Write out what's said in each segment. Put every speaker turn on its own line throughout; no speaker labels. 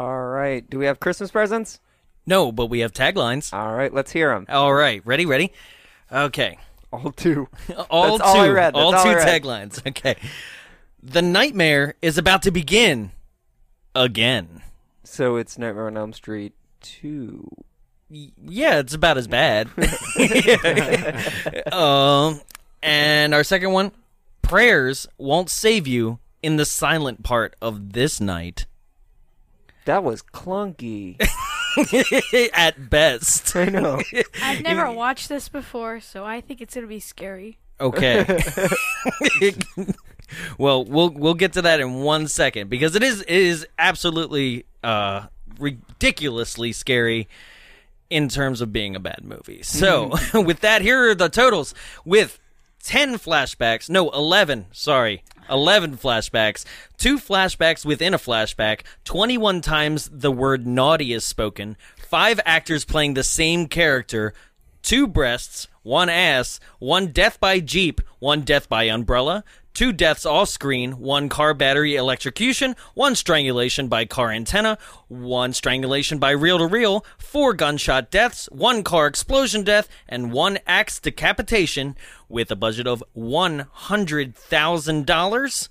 right. Do we have Christmas presents?
No, but we have taglines.
All right, let's hear them.
All right, ready, ready? Okay.
All two.
All
That's
two,
all I read. That's
all
all
two
I read.
taglines. Okay. The nightmare is about to begin again.
So it's Nightmare on Elm Street 2.
Y- Yeah, it's about as bad. um, and our second one, prayers won't save you in the silent part of this night.
That was clunky.
At best.
I know.
I've never watched this before, so I think it's gonna be scary.
Okay. well, we'll we'll get to that in one second because it is it is absolutely uh, ridiculously scary in terms of being a bad movie. So, with that, here are the totals with. 10 flashbacks. No, 11. Sorry. 11 flashbacks. Two flashbacks within a flashback. 21 times the word naughty is spoken. Five actors playing the same character two breasts, one ass, one death by jeep, one death by umbrella, two deaths off screen, one car battery electrocution, one strangulation by car antenna, one strangulation by reel to reel, four gunshot deaths, one car explosion death, and one axe decapitation with a budget of $100,000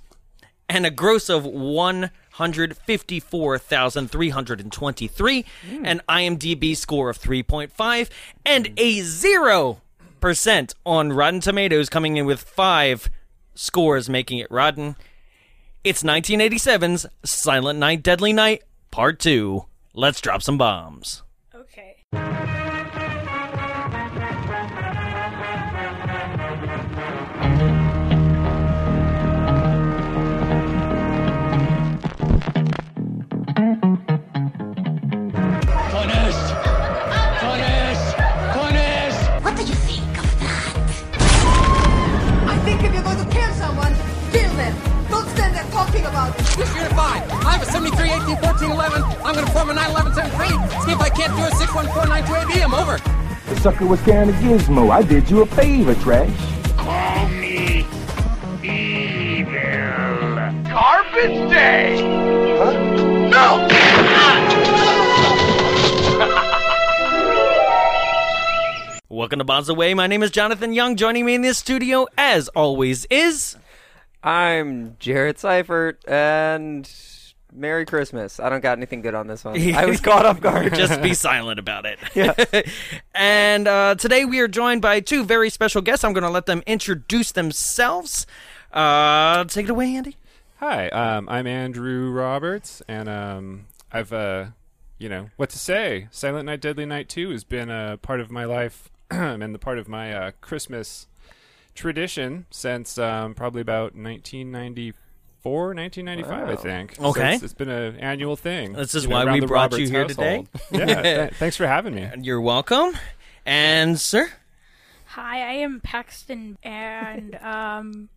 and a gross of one hundred fifty-four thousand three hundred and twenty-three, an IMDb score of 3.5, and a 0% on Rotten Tomatoes, coming in with five scores, making it rotten. It's 1987's Silent Night, Deadly Night, Part 2. Let's drop some bombs.
Okay.
Punished! Punished! Punished!
What do you think of that?
I think if you're going to kill someone, kill them. Don't stand there talking about it.
This unit 5. I have a 73, 18, 14, 11. I'm going to form a 9, 11, 73. See if I can't do a 61492 AB. I'm over.
The sucker was carrying a gizmo. I did you a favor, trash.
Call me evil. Carpet Day! Huh? No!
Welcome to Bombs Away. My name is Jonathan Young. Joining me in this studio, as always, is.
I'm Jared Seifert, and Merry Christmas. I don't got anything good on this one. I was caught off guard.
Just be silent about it. and uh, today we are joined by two very special guests. I'm going to let them introduce themselves. Uh, take it away, Andy.
Hi, um, I'm Andrew Roberts, and um, I've, uh, you know, what to say. Silent Night, Deadly Night 2 has been a part of my life and the part of my uh, Christmas tradition since um, probably about 1994, 1995, I think. So
Okay.
it's- it's been an annual thing.
This is
you know,
why
around
we
the
brought
Roberts
you here
household. yeah, th- thanks for having me.
You're welcome. And sir,
Hi, I am Paxton, and um,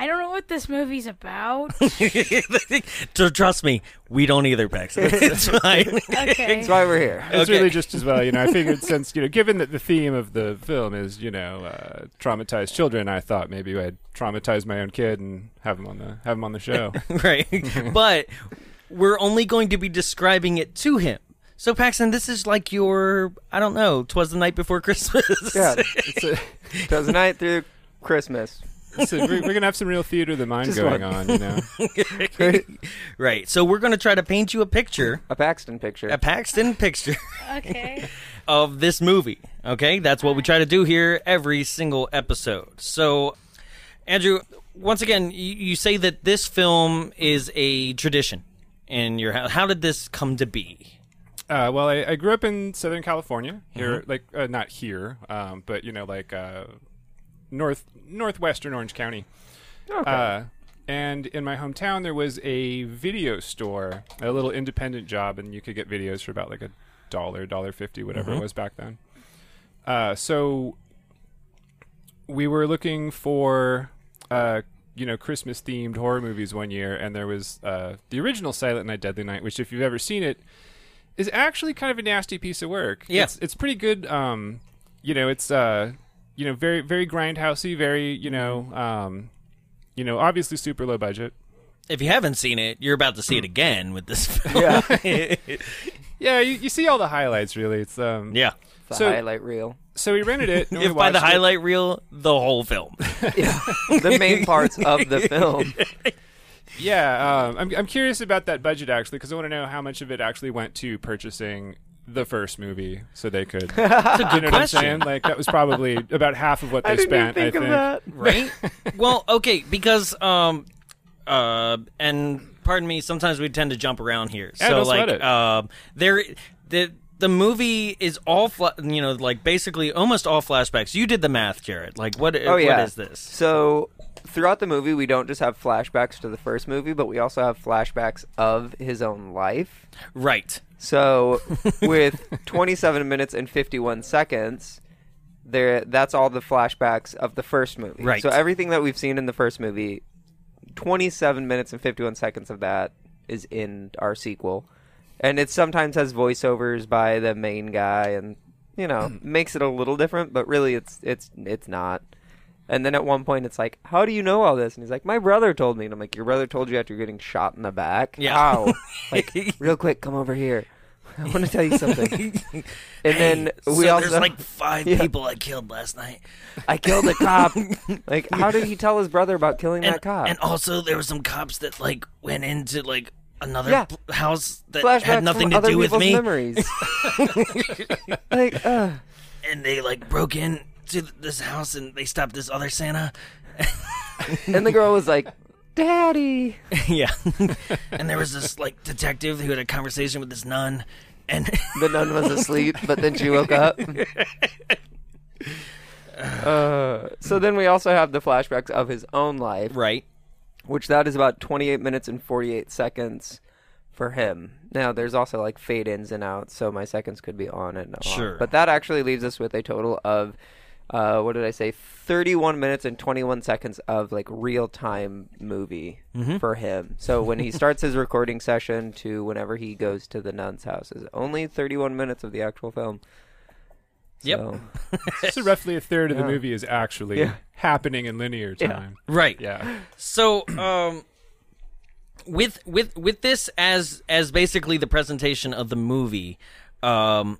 I don't know what this movie's about.
so trust me, we don't either, Paxton. It's fine.
Okay.
That's why we're here.
It's
Okay.
really just as well, you know. I figured since you know, given that the theme of the film is you know uh, traumatized children, I thought maybe I'd traumatize my own kid and have him on the have him on the show.
right. But we're only going to be describing it to him. So Paxton, this is like your I don't know, twas the night before Christmas.
Yeah.
it's a,
Does night through Christmas.
it's a- we're, we're gonna have some real theater of the mind
Just
going
one.
on, you know.
right. So we're going to try to paint you a picture,
A Paxton picture.
a Paxton picture.
okay.
of this movie. Okay, that's what we try to do here every single episode. So, Andrew, once again, you, you say that this film is a tradition in your house. How did this come to be?
Uh, well, I, I grew up in Southern California. Here, like uh, not here, um, but you know, like uh, north northwestern Orange County. Uh, and in my hometown, there was a video store, a little independent job, and you could get videos for about like a dollar, dollar fifty, whatever it was back then. Uh, so we were looking for uh you know christmas themed horror movies one year and there was uh the original silent night deadly night which if you've ever seen it is actually kind of a nasty piece of work
Yeah.
it's, it's pretty good um you know it's uh you know
Mm-hmm.
very very grindhousey very you know um you know obviously super low budget
if you haven't seen it, you're about to see it
Hmm.
again with this film.
Yeah.
Yeah, you, you see all the highlights really. It's um
yeah.
The
So-
highlight reel.
So we rented it. And we
If by the
watched it.
highlight reel, the whole film.
the main parts of the film.
Yeah, um, I'm I'm curious about that budget actually because I want to know how much of it actually went to purchasing the first movie so they could.
That's a good
You know what I'm saying? Like that was probably about half of what they spent. I think.
right? well, okay, because um, uh, and pardon me, sometimes we tend to jump around here.
Yeah,
so
don't
like,
sweat it.
um, there the. The movie is all, fla- you know, like basically almost all flashbacks. You did the math, Jared. Like, what?
Oh yeah.
What is this?
So throughout the movie, we don't just have flashbacks to the first movie, but we also have flashbacks of his own life.
Right.
So with 27 minutes and 51 seconds, there that's all the flashbacks of the first movie.
Right.
So everything that we've seen in the first movie, 27 minutes and 51 seconds of that is in our sequel. And it sometimes has voiceovers by the main guy and you know,
Hmm.
makes it a little different, but really it's it's it's not. And then at one point it's like, "How do you know all this?" And he's like, "My brother told me." And I'm like, "Your brother told you after getting shot in the back?"
Yeah.
How? like, real quick, come over here. I want to tell you something.
and
And then we
so
also
there's like five
Yeah.
people I killed last night.
I killed a cop. like, how did he tell his brother about killing
and,
that cop?
and also there were some cops that like went into like another
Yeah.
pl- house that
Flashbacks
had nothing
from
to
other
do with
people's
me,
memories. like, uh,
and they like broke in to th- this house and they stopped this other Santa.
and the girl was like, "Daddy."
yeah, and there was this like detective who had a conversation with this nun, and
The nun was asleep, but then she woke up. Uh, so then we also have the flashbacks of his own life,
right,
which that is about 28 minutes and 48 seconds for him. Now there's also like fade ins and outs, so my seconds could be on and off.
Sure.
But that actually leaves us with a total of uh, what did I say? 31 minutes and 21 seconds of like real time movie for him. So when he starts his recording session to whenever he goes to the nun's house is only 31 minutes of the actual film.
Yep.
So-
So roughly a third of the
Yeah.
movie is actually
Yeah.
happening in linear time.
right,
Yeah.
So, um, with with with this as as basically the presentation of the movie, um,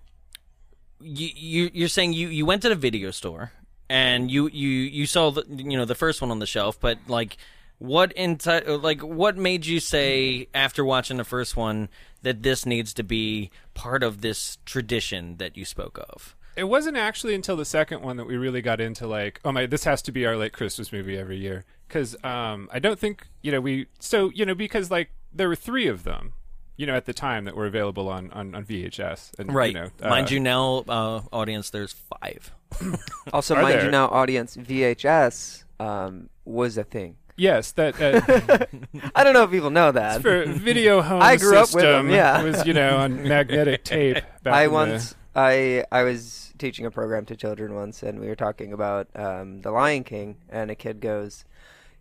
you, you you're saying you you went to the video store and you you you saw the you know the first one on the shelf, but like what enti- like what made you say after watching the first one that this needs to be part of this tradition that you spoke of?
It wasn't actually until the second one that we really got into like, oh my, this has to be our like Christmas movie every year because um, I don't think you know we so you know because like there were three of them, you know, at the time that were available on on, on VHS and
Right,
you know, uh,
mind you now, uh, audience, there's five.
Also,
Are
mind
there?
you now, audience, VHS um, was a thing.
yes, that uh,
I don't know if people know that.
for video home
I grew up with
system
them, yeah.
was you know on magnetic tape. Back
I
in the-
once I I was teaching a program to children once, and we were talking about um, the Lion King, and a kid goes,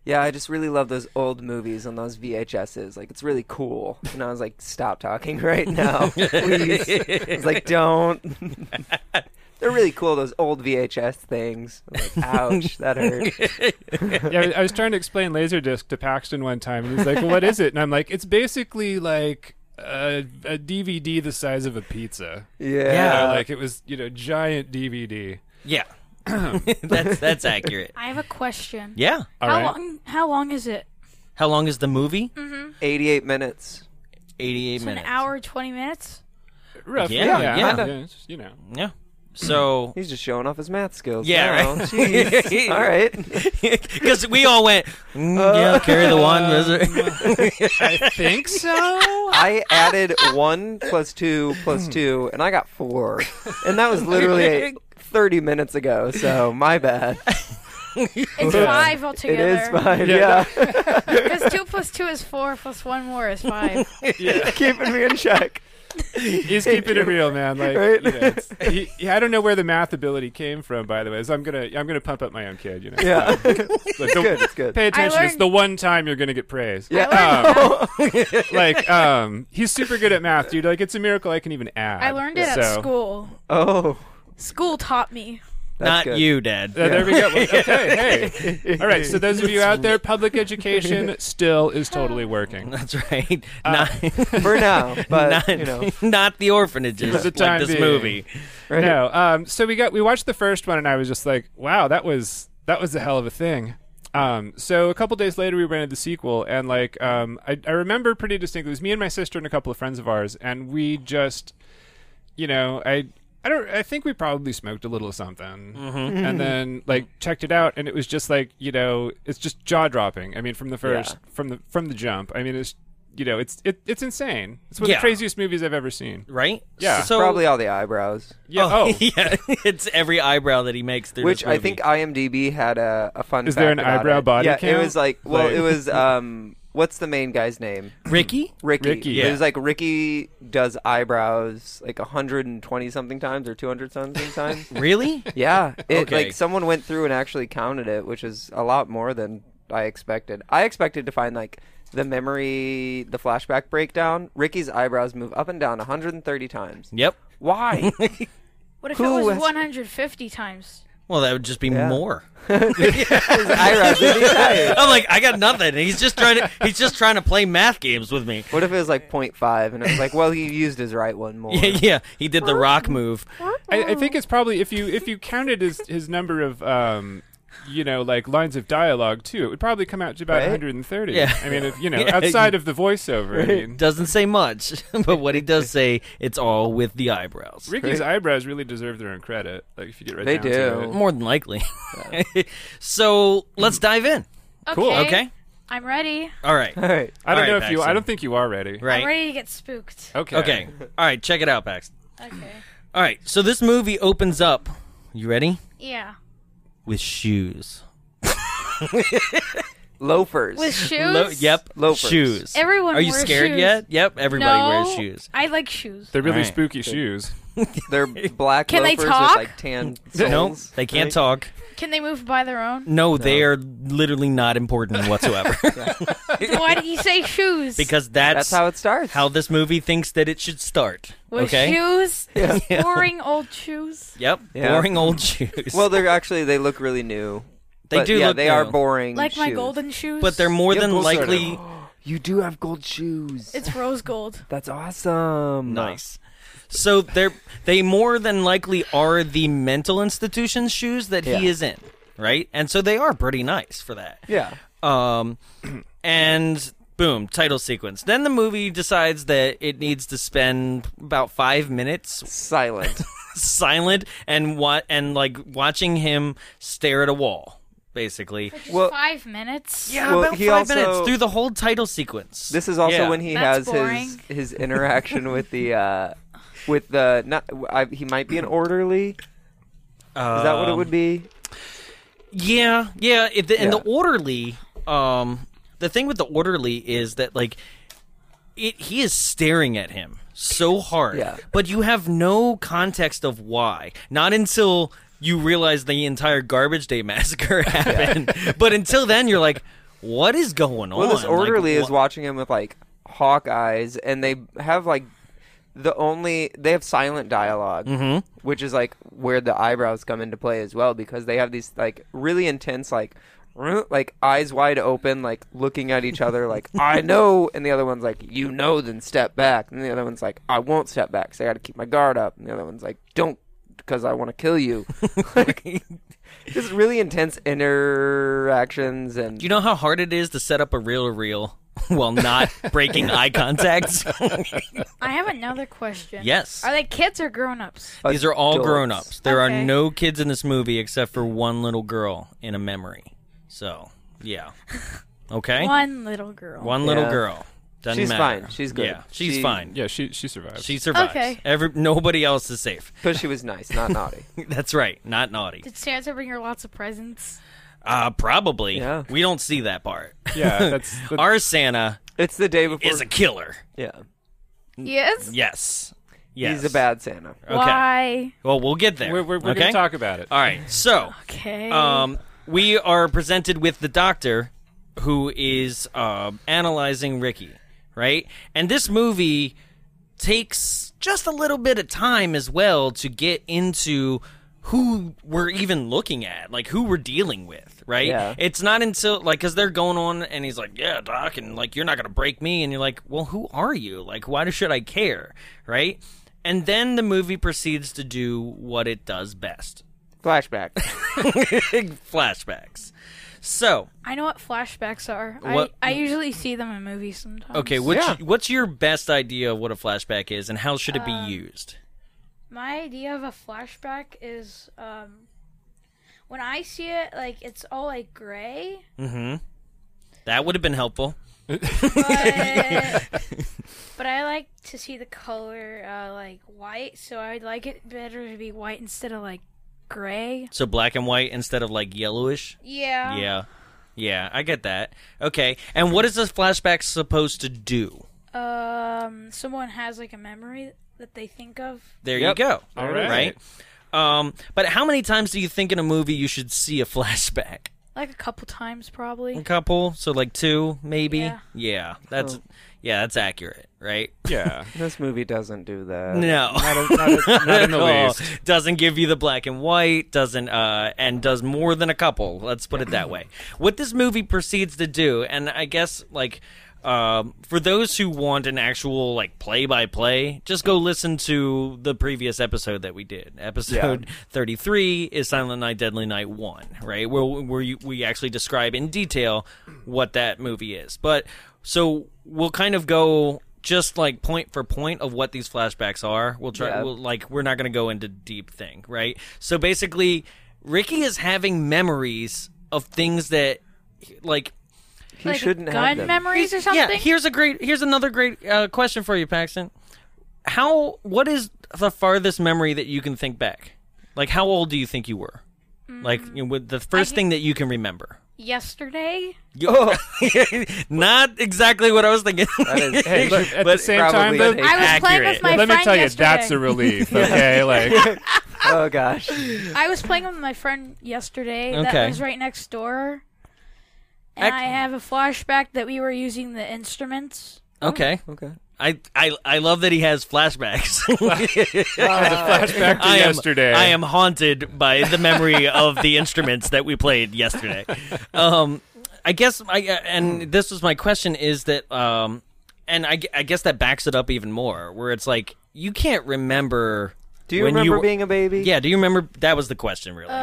"Yeah, I just really love those old movies on those VHSs. Like it's really cool." And I was like, "Stop talking right now, please." I was like, "Don't." They're really cool those old VHS things. I was like, Ouch, that hurt.
yeah, I was trying to explain Laserdisc to Paxton one time, and he's like, "What is it?" And I'm like, "It's basically like a, a DVD the size of a pizza."
Yeah,
You know,
Yeah.
like it was, you know, giant DVD.
Yeah, that's that's accurate.
I have a question.
Yeah.
how
All right.
long? How long is it?
How long is the movie?
eighty-eight minutes.
88
An
minutes.
hour, twenty minutes.
Roughly,
Yeah,
yeah,
yeah.
it's just, you know,
Yeah. So,
He's just showing off his math skills.
Yeah,
now.
right.
Jeez. All right.
because we all went, mm,
Uh,
yeah, carry the one.
I think so.
I added one plus two
Hmm.
plus two, and I got four, and that was literally thirty minutes ago. So my bad.
It's five
It is
altogether.
fine. Yeah,
Because two plus two is four, plus one more is five.
keeping me in check.
He's keeping it real, man. Like,
Right?
you know, it's- he, he- I don't know where the math ability came from, by the way. So I'm gonna, I'm gonna pump up my own kid. You know,
Yeah,
Like, don't-
good. It's good.
Pay attention. It's
learned-
the one time you're gonna get praised. Um,
Yeah.
I learned,
like, um, he's super good at math, dude. Like, it's a miracle I can even add.
I learned it
so,
at school.
Oh,
School taught me.
That's
Not
good.
you, Dad.
Uh, There we go. Well, Okay, hey. All right, so those of you out there, public education still is totally working.
That's right. not,
for now, Uh, but
not,
you know,
not the orphanages
the
like
time
this
being.
movie.
right?
No. Um, so we got we watched the first one, and I was just like, "Wow, that was that was a hell of a thing." Um, so a couple days later, we rented the sequel, and like um, I, I remember pretty distinctly. It was me and my sister and a couple of friends of ours, and we just, you know, I. I don't. I think we probably smoked a little something,
Mm-hmm.
and then like checked it out, and it was just like you know, it's just jaw dropping. I mean, from the first, from the from the jump. I mean, it's you know, it's it, it's insane. It's one of
Yeah.
the craziest movies I've ever seen.
Right?
Yeah.
So, oh,
Probably all the eyebrows,
Yeah. Oh,
yeah. It's every eyebrow that he makes through
which
this
I
movie.
think IMDb had a, a fun.
Is
fact
there an
about
eyebrow
it.
body
Yeah,
count?
it was like well,
Like-
it was um, what's the main guy's name?
Ricky?
Ricky.
Ricky.
It
Yeah.
was like Ricky does eyebrows like 120 something times or 200 something times.
Really?
yeah. It
Okay.
like someone went through and actually counted it, which is a lot more than I expected. I expected to find like the memory, the flashback breakdown. Ricky's eyebrows move up and down 130 times.
Yep.
Why?
What if
Who
it was
has-
150 times?
Well, that would just be more.
His eyebrows did he say?
I'm like, I got nothing. He's just trying to. He's just trying to play math games with me.
What if it was like 0.5 and it was like, well, he used his right one more.
Yeah, yeah. He did the rock move.
I, I
Oh.
think it's probably if you if you counted his his number of um you know like lines of dialogue too, it would probably come out to about
Right?
130.
Yeah.
I mean, if you know,
Yeah.
outside of the voiceover, I mean,
Doesn't say much, but what he does say, it's all with the eyebrows.
Ricky's eyebrows really deserve their own credit. Like if you get right
They
down
do.
to it.
More than likely. so let's dive in.
Okay.
Okay.
I'm ready.
All right.
All right.
I don't
All
know
right,
if you. I
Paxton.
don't think you are ready.
Right.
I'm ready to get spooked.
Okay.
Okay. All right. Check it out, Paxton.
Okay.
All right. So this movie opens up. You ready?
Yeah.
With shoes.
Loafers.
With shoes?
Lo- yep.
Loafers.
Shoes.
Everyone
Are you
wears
scared
shoes.
yet? Yep. Everybody
no,
wears shoes.
I like shoes.
They're really
All right.
spooky shoes.
They're black
Can they
loafers
talk?
with like tan
No,
soles.
they can't talk.
Can they move by their own?
No, they are literally not important whatsoever.
Why did he say shoes?
because that's,
That's how it starts.
how this movie thinks that it should start.
With
okay.
shoes? Boring old shoes?
Yep.
Yeah.
Boring old shoes.
Well, they're actually they look really new.
they
But
do
Yeah,
look
they
new,
are boring.
Like my
shoes.
golden shoes?
but they're more
Yeah,
than
gold starter.
likely
You do have gold shoes.
It's rose gold.
That's awesome.
nice. So they're they more than likely are the mental institution's shoes that
Yeah.
he is in, right? And so they are pretty nice for that.
Yeah.
Um, and boom, title sequence. Then the movie decides that it needs to spend about five minutes
Silent.
silent and what and like watching him stare at a wall, basically.
Just
Well-
five minutes?
Oh. Yeah,
Well,
about
he
five
also-
minutes through the whole title sequence.
This is also
Yeah.
when he
That's
has
boring.
his his interaction with the uh with the not I, he might be an orderly. Is that
Um,
what it would be?
Yeah, yeah. If the, And the
Yeah.
orderly, um, the thing with the orderly is that like, it he is staring at him so hard,
Yeah.
but you have no context of why. Not until you realize the entire garbage day massacre happened. but until then, you're like, what is going on?
Well, this
Like,
orderly is
wha-
watching him with like hawk eyes, and they have like the only they have silent dialog
Mm-hmm.
which is like where the eyebrows come into play as well because they have these like really intense like "Ruh," like eyes wide open, like looking at each other, like I know, and the other one's like you know, then step back, and the other one's like I won't step back, so I got to keep my guard up, and the other one's like don't because I want to kill you. like, just really intense interactions and
Do you know how hard it is to set up a reel to reel while not breaking eye contact?
I have another question.
Yes.
Are they kids or grown ups?
These are all
Adults.
grown ups. There are
Okay.
no kids in this movie except for one little girl in a memory. So, yeah. Okay?
One little girl.
One little
Yeah.
girl. Doesn't
She's
matter.
fine. She's good.
Yeah, she's
She-
fine.
Yeah, she she survived.
She survives.
Okay.
Every, nobody else is safe.
Because she was nice, not naughty.
That's right. Not naughty.
Did Santa bring her lots of presents?
Uh, probably.
Yeah.
We don't see that part.
yeah, that's, that's
Our Santa
It's the day before.
is a killer.
yeah.
Mm.
Yes.
Yes. Yes.
He's a bad Santa.
Okay.
Why?
Well, we'll get there.
we're we're, we're
okay?
gonna talk about it.
All right. So.
Okay.
Um, we are presented with the doctor who is um analyzing Ricky, right? And this movie takes just a little bit of time as well to get into who we're even looking at, like who we're dealing with, right?
Yeah.
It's not until like because they're going on and he's like, yeah, doc, and like you're not gonna break me, and you're like, well, who are you? Like, why should I care, right? And then the movie proceeds to do what it does best:
Flashback.
flashbacks. So,
I know what flashbacks are.
What-
I, I usually see them in movies sometimes.
okay, what's,
Yeah.
what's your best idea of what a flashback is, and how should it be used?
My idea of a flashback is um, when I see it, like it's all like gray,
That would have been helpful.
but, but I like to see the color uh, like white. So I'd like it better to be white instead of like gray.
So black and white instead of like yellowish.
Yeah.
Yeah. Yeah, I get that. Okay. And what is this flashback supposed to do?
Um, someone has like a memory that they think of.
There
Yep.
you go.
All right.
Right? Um, but how many times do you think in a movie you should see a flashback?
Like a couple times,
A
probably.
couple, so like two, maybe.
Yeah.
Yeah, that's yeah, that's accurate, right?
Yeah.
This movie doesn't do that.
No,
Not, a, not, a, not in the
at all.
least.
Oh, Doesn't give you the black and white. Doesn't uh, and does more than a couple. Let's put it that way. What this movie proceeds to do, and I guess like um, for those who want an actual like play by play, just go listen to the previous episode that we did. Episode thirty three is Silent Night, Deadly Night one, right? Where where you, we actually describe in detail what that movie is, but. So we'll kind of go just like point for point of what these flashbacks are. We'll try
Yeah.
we'll, like we're not going to go into deep thing, right? So basically Ricky is having memories of things that like
he
like
shouldn't
gun
have them.
memories or something.
yeah, here's a great here's another great uh, question for you Paxton. How what is the farthest memory that you can think back? Like how old do you think you were? Like you know, with the first thing that you can remember.
Yesterday.
Not exactly what I was thinking.
is-
Hey, look, at the same
probably
time,
a
though,
take.
I was playing
Accurate.
with my
let
friend
me tell you,
yesterday.
that's a relief. Okay, like
oh gosh.
I was playing with my friend yesterday
Okay.
that was right next door. And
Ac-
I have a flashback that we were using the instruments.
okay.
Okay.
I, I I love that he has flashbacks.
flashback to
I am,
yesterday.
I am haunted by the memory of the instruments that we played yesterday. Um, I guess I uh, and this was my question is that um, and I, I guess that backs it up even more where it's like you can't remember.
Do you
when
remember
were-
being a baby?
Yeah. Do you remember? That was the question, really.
Uh,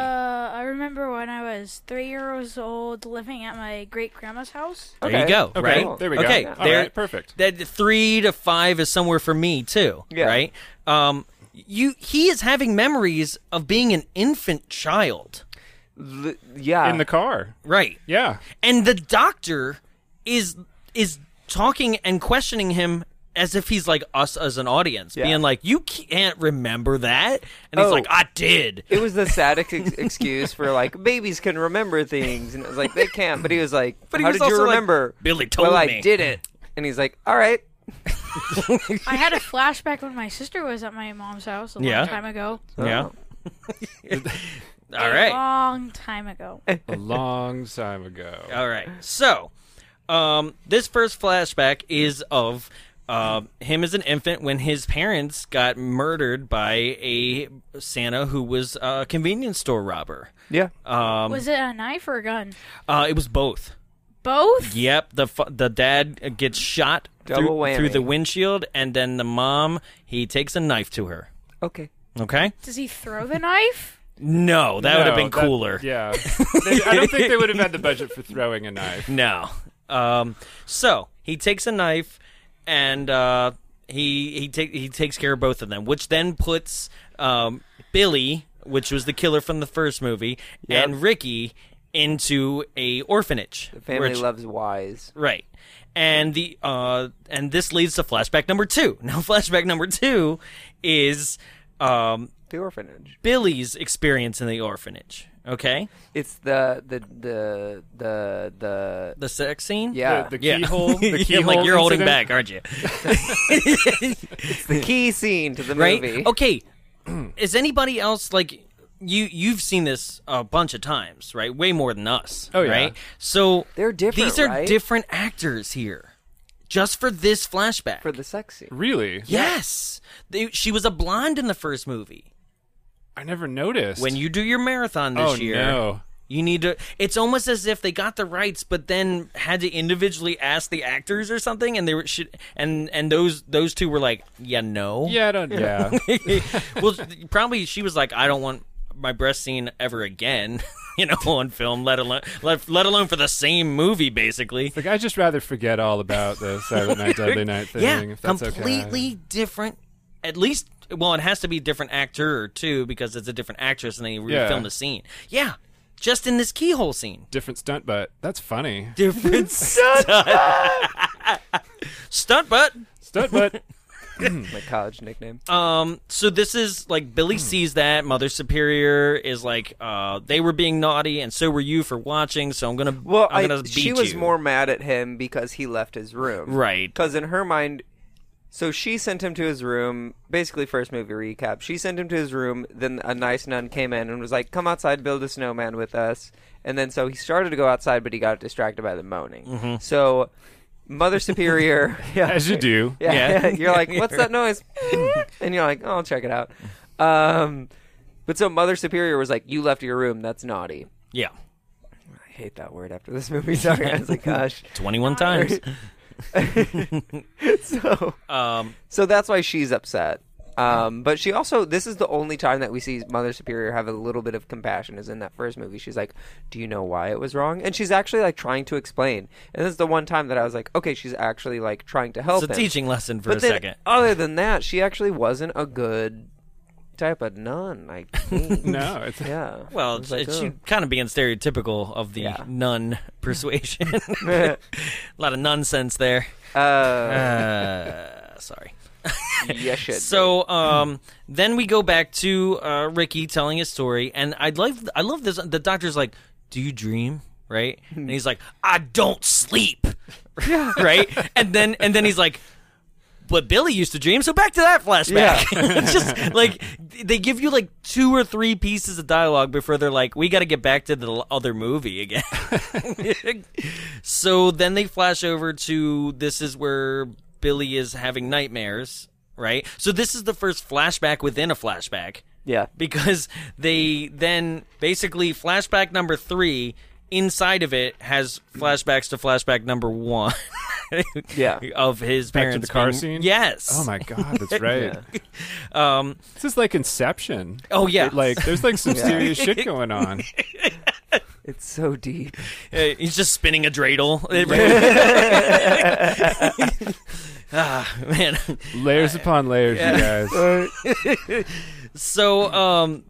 I remember when I was three years old, living at my great grandma's house.
there you
okay.
go.
Okay,
Right.
there we go.
Okay.
All
there-
right, perfect.
That three to five is somewhere for me too.
Yeah.
Right. Um. You. He is having memories of being an infant child.
L- yeah.
in the car.
Right.
Yeah.
And the doctor is is talking and questioning him as if he's like us as an audience,
Yeah.
being like, "You can't remember that," and he's
Oh.
like, "I did."
it was the saddest ex- excuse for like babies can remember things, and it was like they can't. But he was like,
But he
"How
was
did you
also like,
remember?"
"Billy told
well,
me."
I did it, and he's like, "All right."
I had a flashback when my sister was at my mom's house a long
Yeah.
time ago.
Yeah.
Oh.
All
A
right.
long time ago.
A long time ago.
All right. So, um, this first flashback is of uh, him as an infant when his parents got murdered by a Santa who was a convenience store robber.
Yeah.
Um,
was it a knife or a gun?
Uh, it was both.
Both.
Yep, the fu- the dad gets shot through,
Double whammy.
through the windshield, and then the mom he takes a knife to her.
Okay.
Okay,
Does he throw the knife?
no, that would have
No,
been
that-
cooler.
yeah. They- I don't think they would have had the budget for throwing a knife.
No, um, so he takes a knife, and uh, he he take he takes care of both of them, which then puts um, Billy, which was the killer from the first movie, and Ricky into a orphanage. The
Family loves wise.
Right. And the uh and this leads to flashback number 2. Now flashback number 2 is um
The orphanage.
Billy's experience in the orphanage, okay?
It's the the the the the
The sex scene?
yeah
The, the
Yeah.
keyhole. The
Yeah,
keyhole.
like you're holding
incident?
back, aren't you?
the key scene to the
right?
movie.
Okay. is anybody else like you you've seen this a bunch of times, right? Way more than us,
Oh, yeah.
right? So
They're different,
These are
right?
different actors here. Just for this flashback.
For the sex scene.
Really?
Yes. They, she was a blonde in the first movie.
I never noticed.
When you do your marathon this
oh,
year,
no.
you need to. It's almost as if they got the rights, but then had to individually ask the actors or something, and they were should, and and those those two were like, yeah, no,
Yeah, I don't. Yeah.
well, probably she was like, I don't want my breast seen ever again, you know, on film, let alone let, let alone for the same movie, basically.
like I just rather forget all about the Saturday Night Deadly Night thing.
yeah,
if that's
completely
Okay.
different. At least, well, it has to be different actor too because it's a different actress, and they
Yeah.
refilm the scene. Yeah, just in this keyhole scene,
Different stunt, but that's funny.
different stunt. stunt butt.
Stunt, but
My college nickname.
Um, so this is like Billy sees that Mother Superior is like, uh, they were being naughty, and so were you for watching. So I'm gonna,
Well,
I'm
I-
gonna beat
she was
you.
more mad at him because he left his room.
Right.
Because in her mind, so she sent him to his room. Basically, first movie recap. She sent him to his room. Then a nice nun came in and was like, "Come outside, build a snowman with us." And then so he started to go outside, but he got distracted by the moaning. So. Mother Superior, yeah,
as you do.
Mm-hmm. Yeah.
yeah. you're like, what's that noise? and you're like, oh, I'll check it out. Um, but so Mother Superior was like, you left your room. That's naughty.
yeah,
I hate that word after this movie. Sorry, I was like, gosh.
21 times.
So,
Um,
so that's why she's upset. Um, but she also, this is the only time that we see Mother Superior have a little bit of compassion is in that first movie. She's like, do you know why it was wrong? And she's actually like trying to explain. And this is the one time that I was like, okay, she's actually like trying to help
it's a
him.
teaching lesson for
But
a
then, oh,
second.
other than that, she actually wasn't a good type of nun. I think.
No, it's,
Yeah.
Well,
I was
it's,
like,
it's
"Oh."
you kind of being stereotypical of the
Yeah.
nun persuasion. a lot of nonsense there.
uh,
Uh, sorry.
"Oh, yeah, shit.
So um, then we go back to uh, Ricky telling his story, and I love I love this. The doctor's like, "Do you dream?" Right, and he's like, "I don't sleep." right, and then and then he's like. But Billy used to dream, so back to that flashback. it's just like they give you like two or three pieces of dialogue before they're like, "We got to get back to the l- other movie again." so then they flash over to this is where Billy is having nightmares, right? So this is the first flashback within a flashback
yeah.
because they then basically flashback number three inside of it has flashbacks to flashback number one.
Yeah.
of his
Back to
parents
the car
being-
scene?
Yes.
oh my god, that's right.
Um.
This is like Inception.
Oh yeah.
Like there's like some serious shit going on.
It's so deep.
Uh, he's just spinning a dreidel. ah man.
Layers upon layers, you guys.
So um,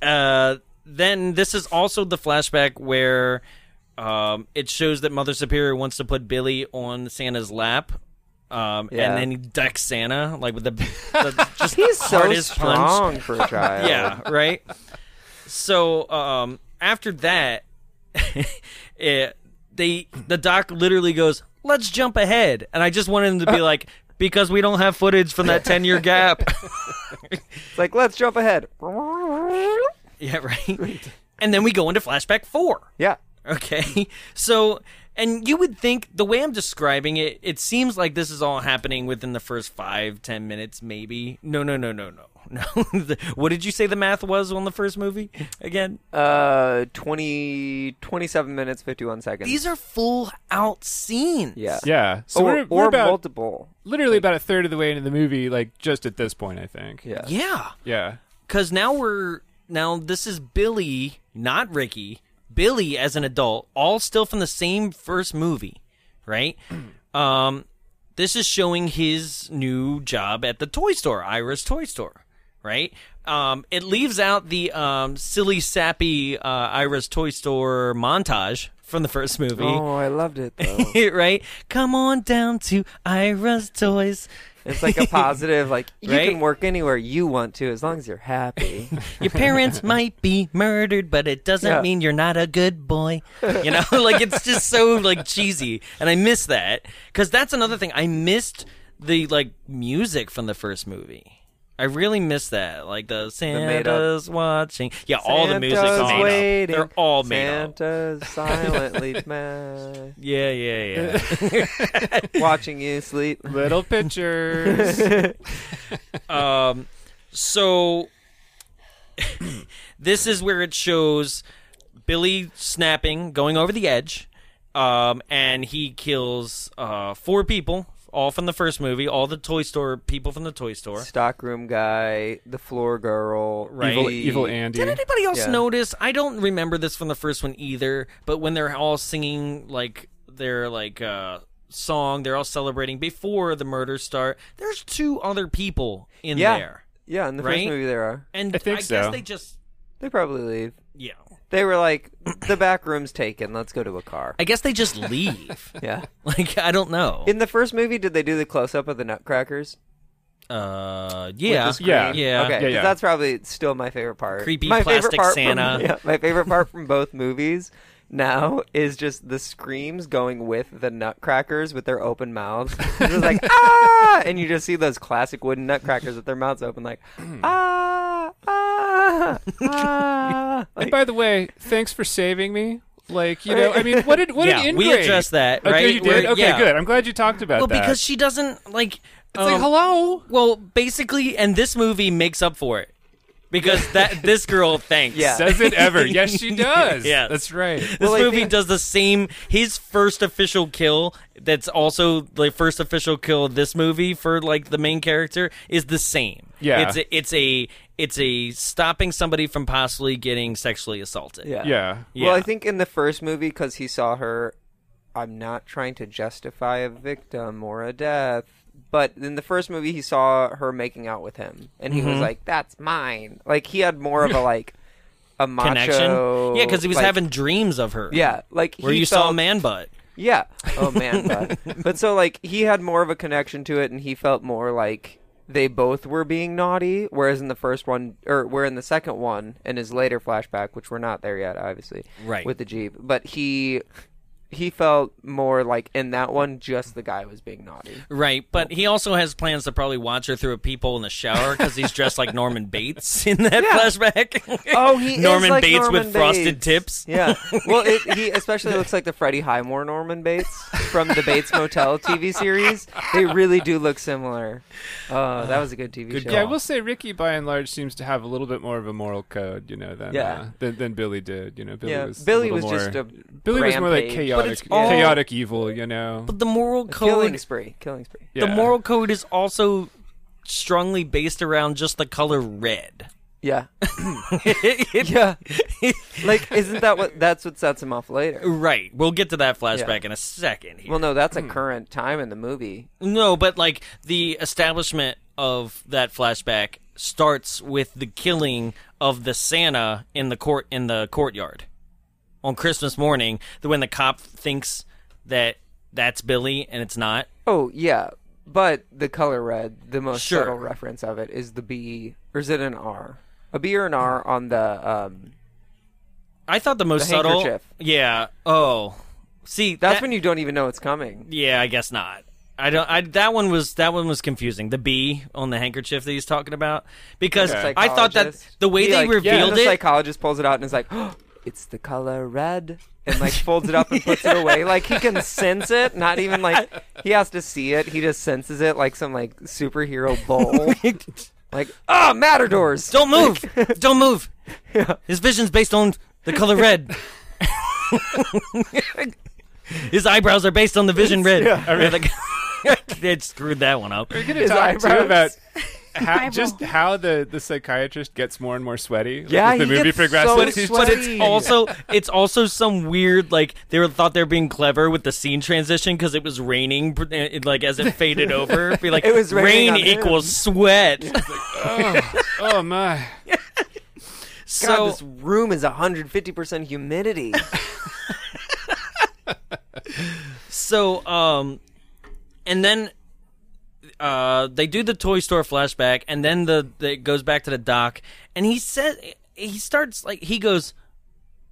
uh, then this is also the flashback where um, it shows that Mother Superior wants to put Billy on Santa's lap. Um,
Yeah.
and then he decks Santa like with the, the just
He's so
hardest punch.
strong for a child.
yeah, right. So um, after that, it, they the doc literally goes, "Let's jump ahead," and I just wanted him to be like, "Because we don't have footage from that ten year gap."
It's like, let's jump ahead.
yeah, right. And then we go into flashback four.
Yeah.
Okay. So, and you would think the way I'm describing it, it seems like this is all happening within the first five, ten minutes, maybe. No, no, no, no, no. No. The- what did you say the math was on the first movie again?
Uh, 20, 27 minutes, 51 seconds.
These are full out scenes.
yeah.
Yeah. So
or
we're,
or
we're about
multiple.
literally about a third of the way into the movie, like just at this point, I think.
Yeah.
Yeah.
Yeah.
Because now we're, now this is Billy, not Ricky, Billy as an adult, all still from the same first movie, right? um, this is showing his new job at the toy store, Ira's toy store, right? Um, it leaves out the um, silly, sappy uh, Ira's toy store montage from the first movie.
Oh, I loved it though.
right? Come on down to Ira's Toys.
it's like a positive, like you
Right?
can work anywhere you want to as long as you're happy.
Your parents might be murdered, but it doesn't
Yeah.
mean you're not a good boy. You know, like it's just so like cheesy, and I miss that because that's another thing I missed the like music from the first movie. I really miss that, like the
made up-
Santa's watching. Yeah, all the music's
Santa's
made
waiting.
up. They're all made up.
Santa's silently man,
Yeah, yeah,
watching you sleep.
Little pictures.
yeah. um, so this is where it shows Billy snapping, going over the edge, um, and he kills uh, four people, all from the first movie, all the Toy Store people from the Toy Store.
Stockroom guy, the floor girl,
Right.
Evil,
the-
evil Andy.
Did anybody else
Yeah.
notice? I don't remember this from the first one either. But when they're all singing like their like uh, song, they're all celebrating before the murders start. There's two other people in
Yeah.
there,
Yeah, in the
Right?
first movie there are.
and
I think
guess
so.
they just
They probably leave.
yeah.
They were like, the back room's taken. Let's go to a car.
I guess they just leave.
Yeah.
like I don't know.
In the first movie, did they do the close up of the nutcrackers?
uh, yeah,
screen?
yeah.
yeah.
Okay, 'cause
yeah.
that's probably still my favorite part.
Creepy
my
plastic Santa.
From, yeah, my favorite part from both movies now is just the screams going with the nutcrackers with their open mouths. It's just like ah, and you just see those classic wooden nutcrackers with their mouths open, like ah, ah, ah.
And
Like,
by the way, thanks for saving me. Like you know, I mean, what did what
Yeah,
an ingrate?
we addressed that, right?
Okay, you did.
We're-
okay,
yeah.
good. I'm glad you talked about
Well,
that. Um,
because she doesn't like. um,
it's like hello.
Well, basically, and this movie makes up for it because that this girl thanks.
Yeah.
Does it ever? yes, she does.
Yes.
that's right.
This
Well, I
movie
think-
does the same. His first official kill, that's also the first official kill of this movie for like the main character, is the same.
Yeah.
it's a, it's a it's a stopping somebody from possibly getting sexually assaulted.
yeah.
Yeah.
Well,
Yeah.
I think in the first movie, because he saw her, I'm not trying to justify a victim or a death, but in the first movie, he saw her making out with him, and he
Mm-hmm.
was like, "That's mine." Like he had more of a like a macho
connection. yeah, because he was
like-
having dreams of her.
yeah, like
where
he
you saw a
felt-
man butt.
yeah. Oh man, bud. but so like he had more of a connection to it, and he felt more like they both were being naughty. Whereas in the first one, or where in the second one, and his later flashback, which we're not there yet, obviously,
Right.
with the jeep. But he he felt more like in that one, just the guy was being naughty.
Right, but he also has plans to probably watch her through a peephole in the shower because he's dressed like Norman Bates in that flashback.
Oh, he is
Norman
like
Bates
Norman
with frosted
Bates.
tips.
Yeah. Well, it, he especially looks like the Freddie Highmore Norman Bates from the Bates Motel TV series. They really do look similar. Oh, that was a good TV show.
Yeah, I will say Ricky, by and large, seems to have a little bit more of a moral code, you know, than
Yeah.
uh, than, than Billy did. You know, Billy
yeah,
was a
Billy was
little
just
more-
a
Billy was more like
rampage.
chaotic,
it's all-
chaotic evil. You know,
But the moral
killing
code,
spree, killing spree.
the
Yeah.
moral code is also strongly based around just the color red.
Yeah, yeah. like, isn't that what? That's what sets him off later.
right. We'll get to that flashback in a second. Here.
Well, no, that's
Hmm.
a current time in the movie.
No, but like the establishment of that flashback starts with the killing of the Santa in the court in the courtyard on Christmas morning. The when the cop thinks that that's Billy and it's not.
Oh yeah, but the color red, the most
Sure.
subtle reference of it is the B, or is it an R? A B or an R on the um.
I thought the most
The
subtle.
handkerchief.
Yeah. Oh, see,
That's
that-
when you don't even know it's coming.
Yeah, I guess not. I don't. I, that one was that one was confusing. The bee on the handkerchief that he's talking about because
The
I thought that
psychologist.
the way
He,
they
like,
revealed
the
it,
psychologist pulls it out and is like, oh, "It's the color red," and like folds it up and puts it away. Like he can sense it, not even like he has to see it. He just senses it like some like superhero bowl. like, ah, matadors.
Don't move! Don't move! His vision's based on the color red. His eyebrows are based on the vision red. it screwed that one up.
we're gonna
His
talk too
eyebrows.
about how,
Eyebrow.
just how the, the psychiatrist gets more and more sweaty. like,
Yeah,
as the
he
movie
gets so
progresses.
But
He's
sweaty.
But it's also it's also some weird like they were, thought they were being clever with the scene transition because it was raining pr- eh, like as it faded over. Be like
It was raining
rain
on him.
equals sweat.
oh my.
God,
so
this room is 150% humidity.
So, um, and then uh, they do the toy store flashback, and then the, the it goes back to the dock, and he says he starts like he goes,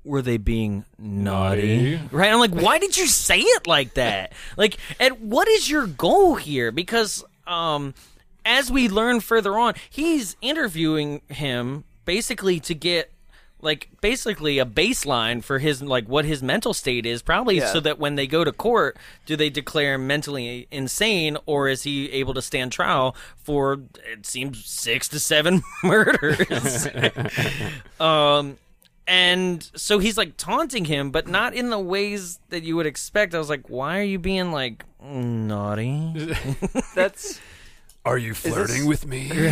"Were they being naughty?"
Naughty.
Right? I'm like, why did you say it like that? like, and what is your goal here? Because, um, as we learn further on, he's interviewing him basically to get like basically a baseline for his like what his mental state is probably
Yeah.
so that when they go to court do they declare him mentally insane or is he able to stand trial for it seems 6 to 7 murders um and so he's like taunting him but not in the ways that you would expect i was like why are you being like naughty
That's
Are you flirting with me? You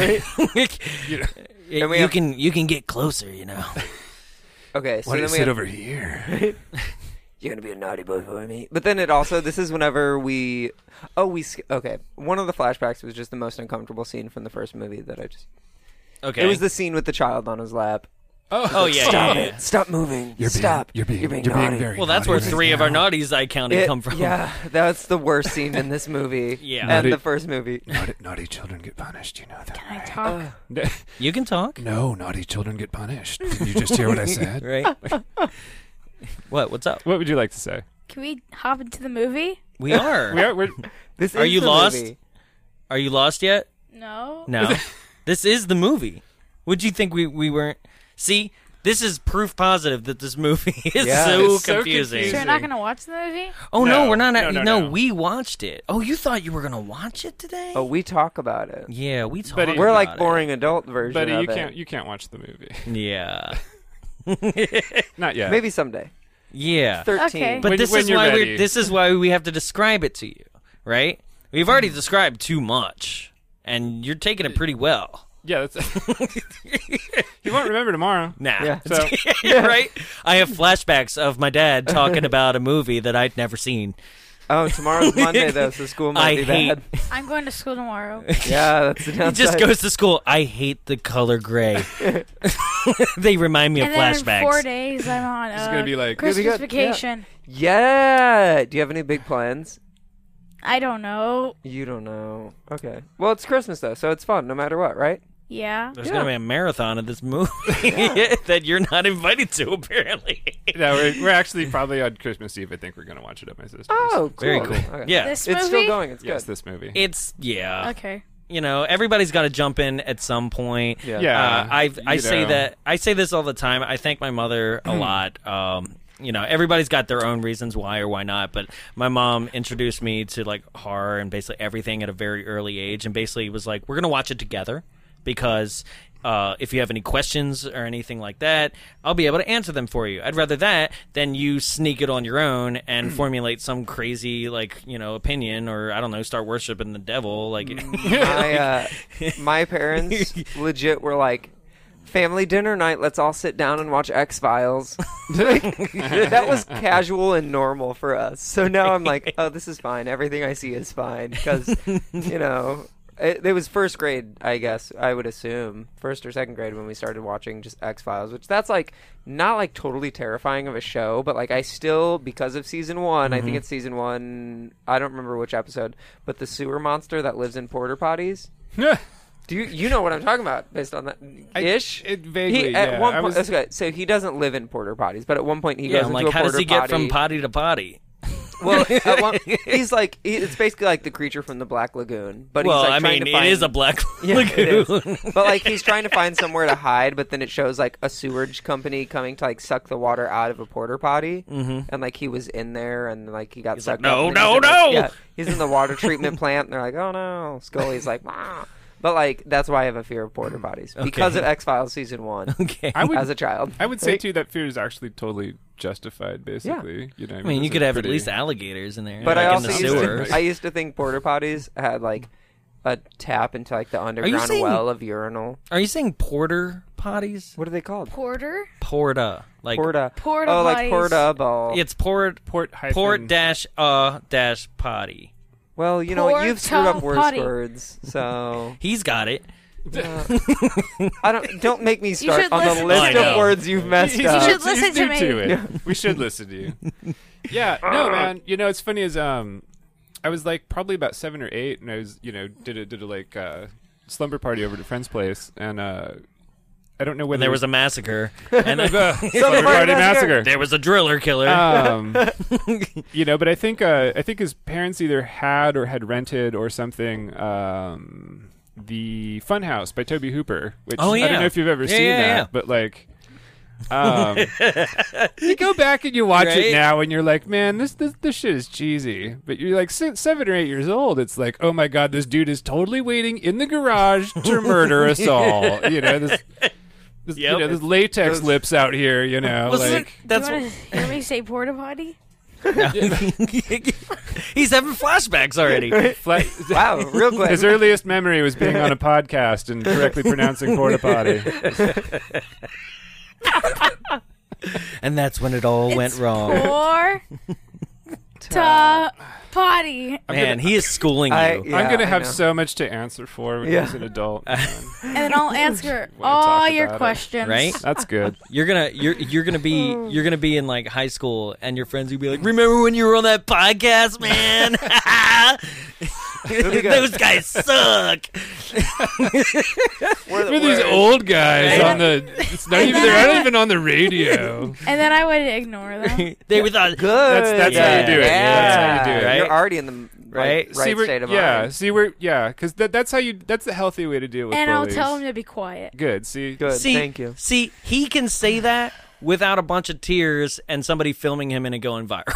know,
you
we have-
can you can get closer you know
okay. So
Why do you
then we have,
sit over here?
you're gonna be a naughty boy for me. But then it also this is whenever we oh we sk- okay one of the flashbacks was just the most uncomfortable scene from the first movie that I just
okay
it was the scene with the child on his lap.
oh yeah, yeah,
Stop
yeah.
it! Stop moving!
You're being,
Stop!
You're being.
You're being naughty.
very.
Well, that's
naughty
where
right
three of
now.
our naughties I counted
It-
come from.
Yeah, that's the worst scene in this movie.
Yeah.
and
Naughty-
the first movie.
naughty, naughty children get punished. You know that.
I
right?
talk.
You can talk,
No, naughty children get punished. Did you just hear what I said?
right? what? What's up?
What would you like to say?
Can we hop into the movie?
We are.
We are, we're,
This
Are
is
you
the
lost?
movie.
Are you lost yet?
No.
No. this is the movie. Would you think we, we weren't? See, this is proof positive that this movie is
Yeah.
so,
It's
confusing.
So
so confusing.
you're not gonna watch the movie?
Oh no,
No,
we're not.
no,
at-
no, no.
we watched it. Oh, you thought you were gonna watch it today?
Oh, we talk about it.
yeah, we talked.
Buddy-
We're like
about it.
boring adult version
buddy,
of
you
it.
can't. You can't watch the movie.
Yeah,
Not yet.
Maybe someday.
yeah.
Thirteen.
Okay.
But
When-
this
when
is
you're
why
ready.
we this is why we have to describe it to you, right? We've
Mm-hmm.
already described too much, and you're taking it pretty well.
Yeah. That's, you won't remember tomorrow.
Nah,
Yeah.
So
You're right? I have flashbacks of my dad talking about a movie that I'd never seen.
Oh, tomorrow's Monday though, so school might
I
be
hate-
bad.
I'm going to school tomorrow.
Yeah, that's the
He
downside.
just goes to school. I hate the color gray. they remind me of
and then in four
flashbacks.
days, I'm on uh,
gonna be like,
"You'll be
Christmas
good."
vacation.
Yeah. Do you have any big plans?
I don't know.
You don't know. Okay. Well, it's Christmas though, so it's fun no matter what, right?
Yeah.
There's gonna be a marathon of this movie that you're not invited to, apparently.
no, we're, we're actually probably on Christmas Eve. I think we're gonna watch it at my sister's.
Oh, cool.
Very cool.
Okay.
Yeah,
This
It's
movie.
still going. It's
Yes,
good.
this movie.
it's yeah.
Okay.
you know everybody's got to jump in at some point
Yeah.
Yeah,
uh, i i
you
say
know.
that i say this all the time i thank my mother
Mm-hmm.
a lot um you know everybody's got their own reasons why or why not but my mom introduced me to like horror and basically everything at a very early age and basically was like we're gonna watch it together because uh, if you have any questions or anything like that, I'll be able to answer them for you. I'd rather that than you sneak it on your own
Mm.
and formulate some crazy, like, you know, opinion or, I don't know, start worshiping the devil. Like,
my uh, my parents legit were like family dinner night let's all sit down and watch x-files Like, that was casual and normal for us so now i'm like oh this is fine everything i see is fine because you know it, it was first grade i guess i would assume first or second grade when we started watching just x-files which that's like not like totally terrifying of a show but like i still because of season one
Mm-hmm.
i think it's season one i don't remember which episode but the sewer monster that lives in porter potties do you you know what I'm talking about based on that
I-
ish?
it vaguely,
He, at
yeah,
one
I
point,
was-
okay, so he doesn't live in porter potties, but at one point he
Yeah,
goes into
I'm like,
a
how
porter
does he get
potty.
from potty to potty?
Well, at one, he's like he, it's basically like the creature from the Black Lagoon, but
well,
he's like
I
trying
mean,
to
it
find,
is a black
Yeah, it is.
lagoon.
but like he's trying to find somewhere to hide, but then it shows like a sewage company coming to like suck the water out of a porter potty, mm-hmm. and like he was in there, and like he got sucked.
like,
up,
"No,
and he's
no,
in, like-
no!"
yeah, he's in the water treatment plant, and they're like, "Oh no!" Scully's like, "Wow." But like that's why I have a fear of porter potties because of X Files season one.
okay.
I would.
as a child.
I would say too that fear is actually totally justified. Basically, you know.
I mean, you
it's
could
a
have
pretty-
at least alligators in there,
but
like
I
in
also
the
used
sewer.
to, I used to think porter potties had like a tap into like the underground
saying-
well of urinal.
Are you saying porter potties?
What are they called?
Porter.
Porta, like
Porta.
Porta
Oh, like
potties.
portable.
It's port
port hyphen-
port dash uh dash potty.
well, you know what? You've screwed up
Porta
worse
potty.
words, so
He's got it.
I don't. Don't make me start
should
on the
listen
list
to
of
me.
words you've
uh,
messed
He's-
up.
should
he's
listen to
new
me.
it. We should listen to you. Yeah, no, man. You know, it's funny is um, I was like probably about seven or eight, and I was you know did a did a like uh, slumber party over at a friend's place, and uh, I don't know whether
And there was a massacre, and then
slumber party massacre.
there was a driller killer.
Uh,
Um, you know, but I think uh, I think his parents either had or had rented or something um, the Funhouse by Toby Hooper, which
Oh,
I
yeah.
don't know if you've ever
Yeah,
seen
yeah,
that,
yeah.
but like Um, you go back and you watch
Right?
it now, and you're like, man, this, this this shit is cheesy. But you're like si seven or eight years old. It's like, oh my god, this dude is totally waiting in the garage to murder us all. You know this. This,
Yep.
you know, this latex
Those-
lips out here, you know.
Wasn't
like,
it- that's
you want to hear me say porta potty?
he's having flashbacks already.
fla-
Wow, real quick.
His earliest memory was being on a podcast and correctly pronouncing porta potty.
And that's when it all went wrong.
Or ta potty.
Man, he is schooling you.
I- yeah,
I'm gonna
I
have
know.
so much to answer for when
Yeah.
he's an adult.
And then I'll answer
Wanna
all
talk
your
about it.
questions.
Right?
That's good.
You're gonna you're you're gonna be you're gonna be in like high school and your friends will be like, Remember when you were on that podcast, man?
be good.
Those guys suck.
We're the
Look at these
worst.
old guys on the. It's not even. They're not even on the radio.
And then I would ignore them.
They were thought
Good.
That's- that's
how you do it.
That's how you do it,
You're
right?
already in the like,
Right?
right,
see, we're-
state of
yeah,
mind.
see, we're yeah, because that, that's how you. That's the healthy way to deal with.
And I'll
bullies.
tell them to be quiet.
Good. See.
Good.
see
Thank you.
See, he can say that without a bunch of tears and somebody filming him and it going viral.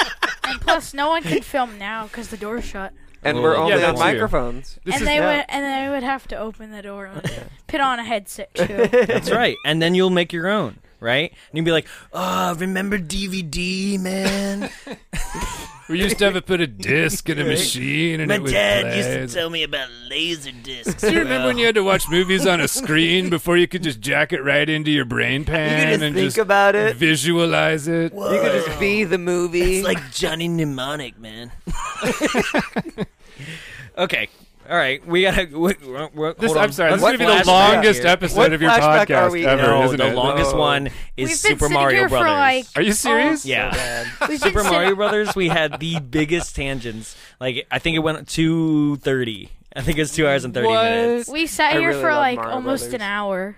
And plus, no one can film now because the door's shut.
And we're
Yeah,
only
that
on
too.
microphones.
This
and
is
they
yeah.
would and they would have to open the door and put on a headset too.
That's right. And then you'll make your own, right? And you'll be like, Oh, remember DVD, man?
we used to have to put a disc in a machine, and
My
it would
dad
play.
used to tell me about laser discs.
do you remember when
bro.
you had to watch movies on a screen before you could just jack it right into your brain pan
just
and
think
just
about it.
visualize it?
You could just be the movie.
It's like Johnny Mnemonic, man. okay. All right, we gotta. We, we, hold
This,
on.
I'm sorry. This is
What
going to be the
flashback
longest
here?
episode
What
of your
flashback
podcast
are we-
ever,
No,
isn't
the
it? Oh.
longest
No.
one is
We've been
Super
sitting
Mario
here
Brothers.
for like
Are you serious?
yeah, Super
we've been sitting-
Mario Brothers. We had the biggest tangents. Like I think it went two thirty. I think it's two hours and thirty
What?
minutes.
We sat
I
here
really
for
love
like
Mario
almost
Brothers.
an hour.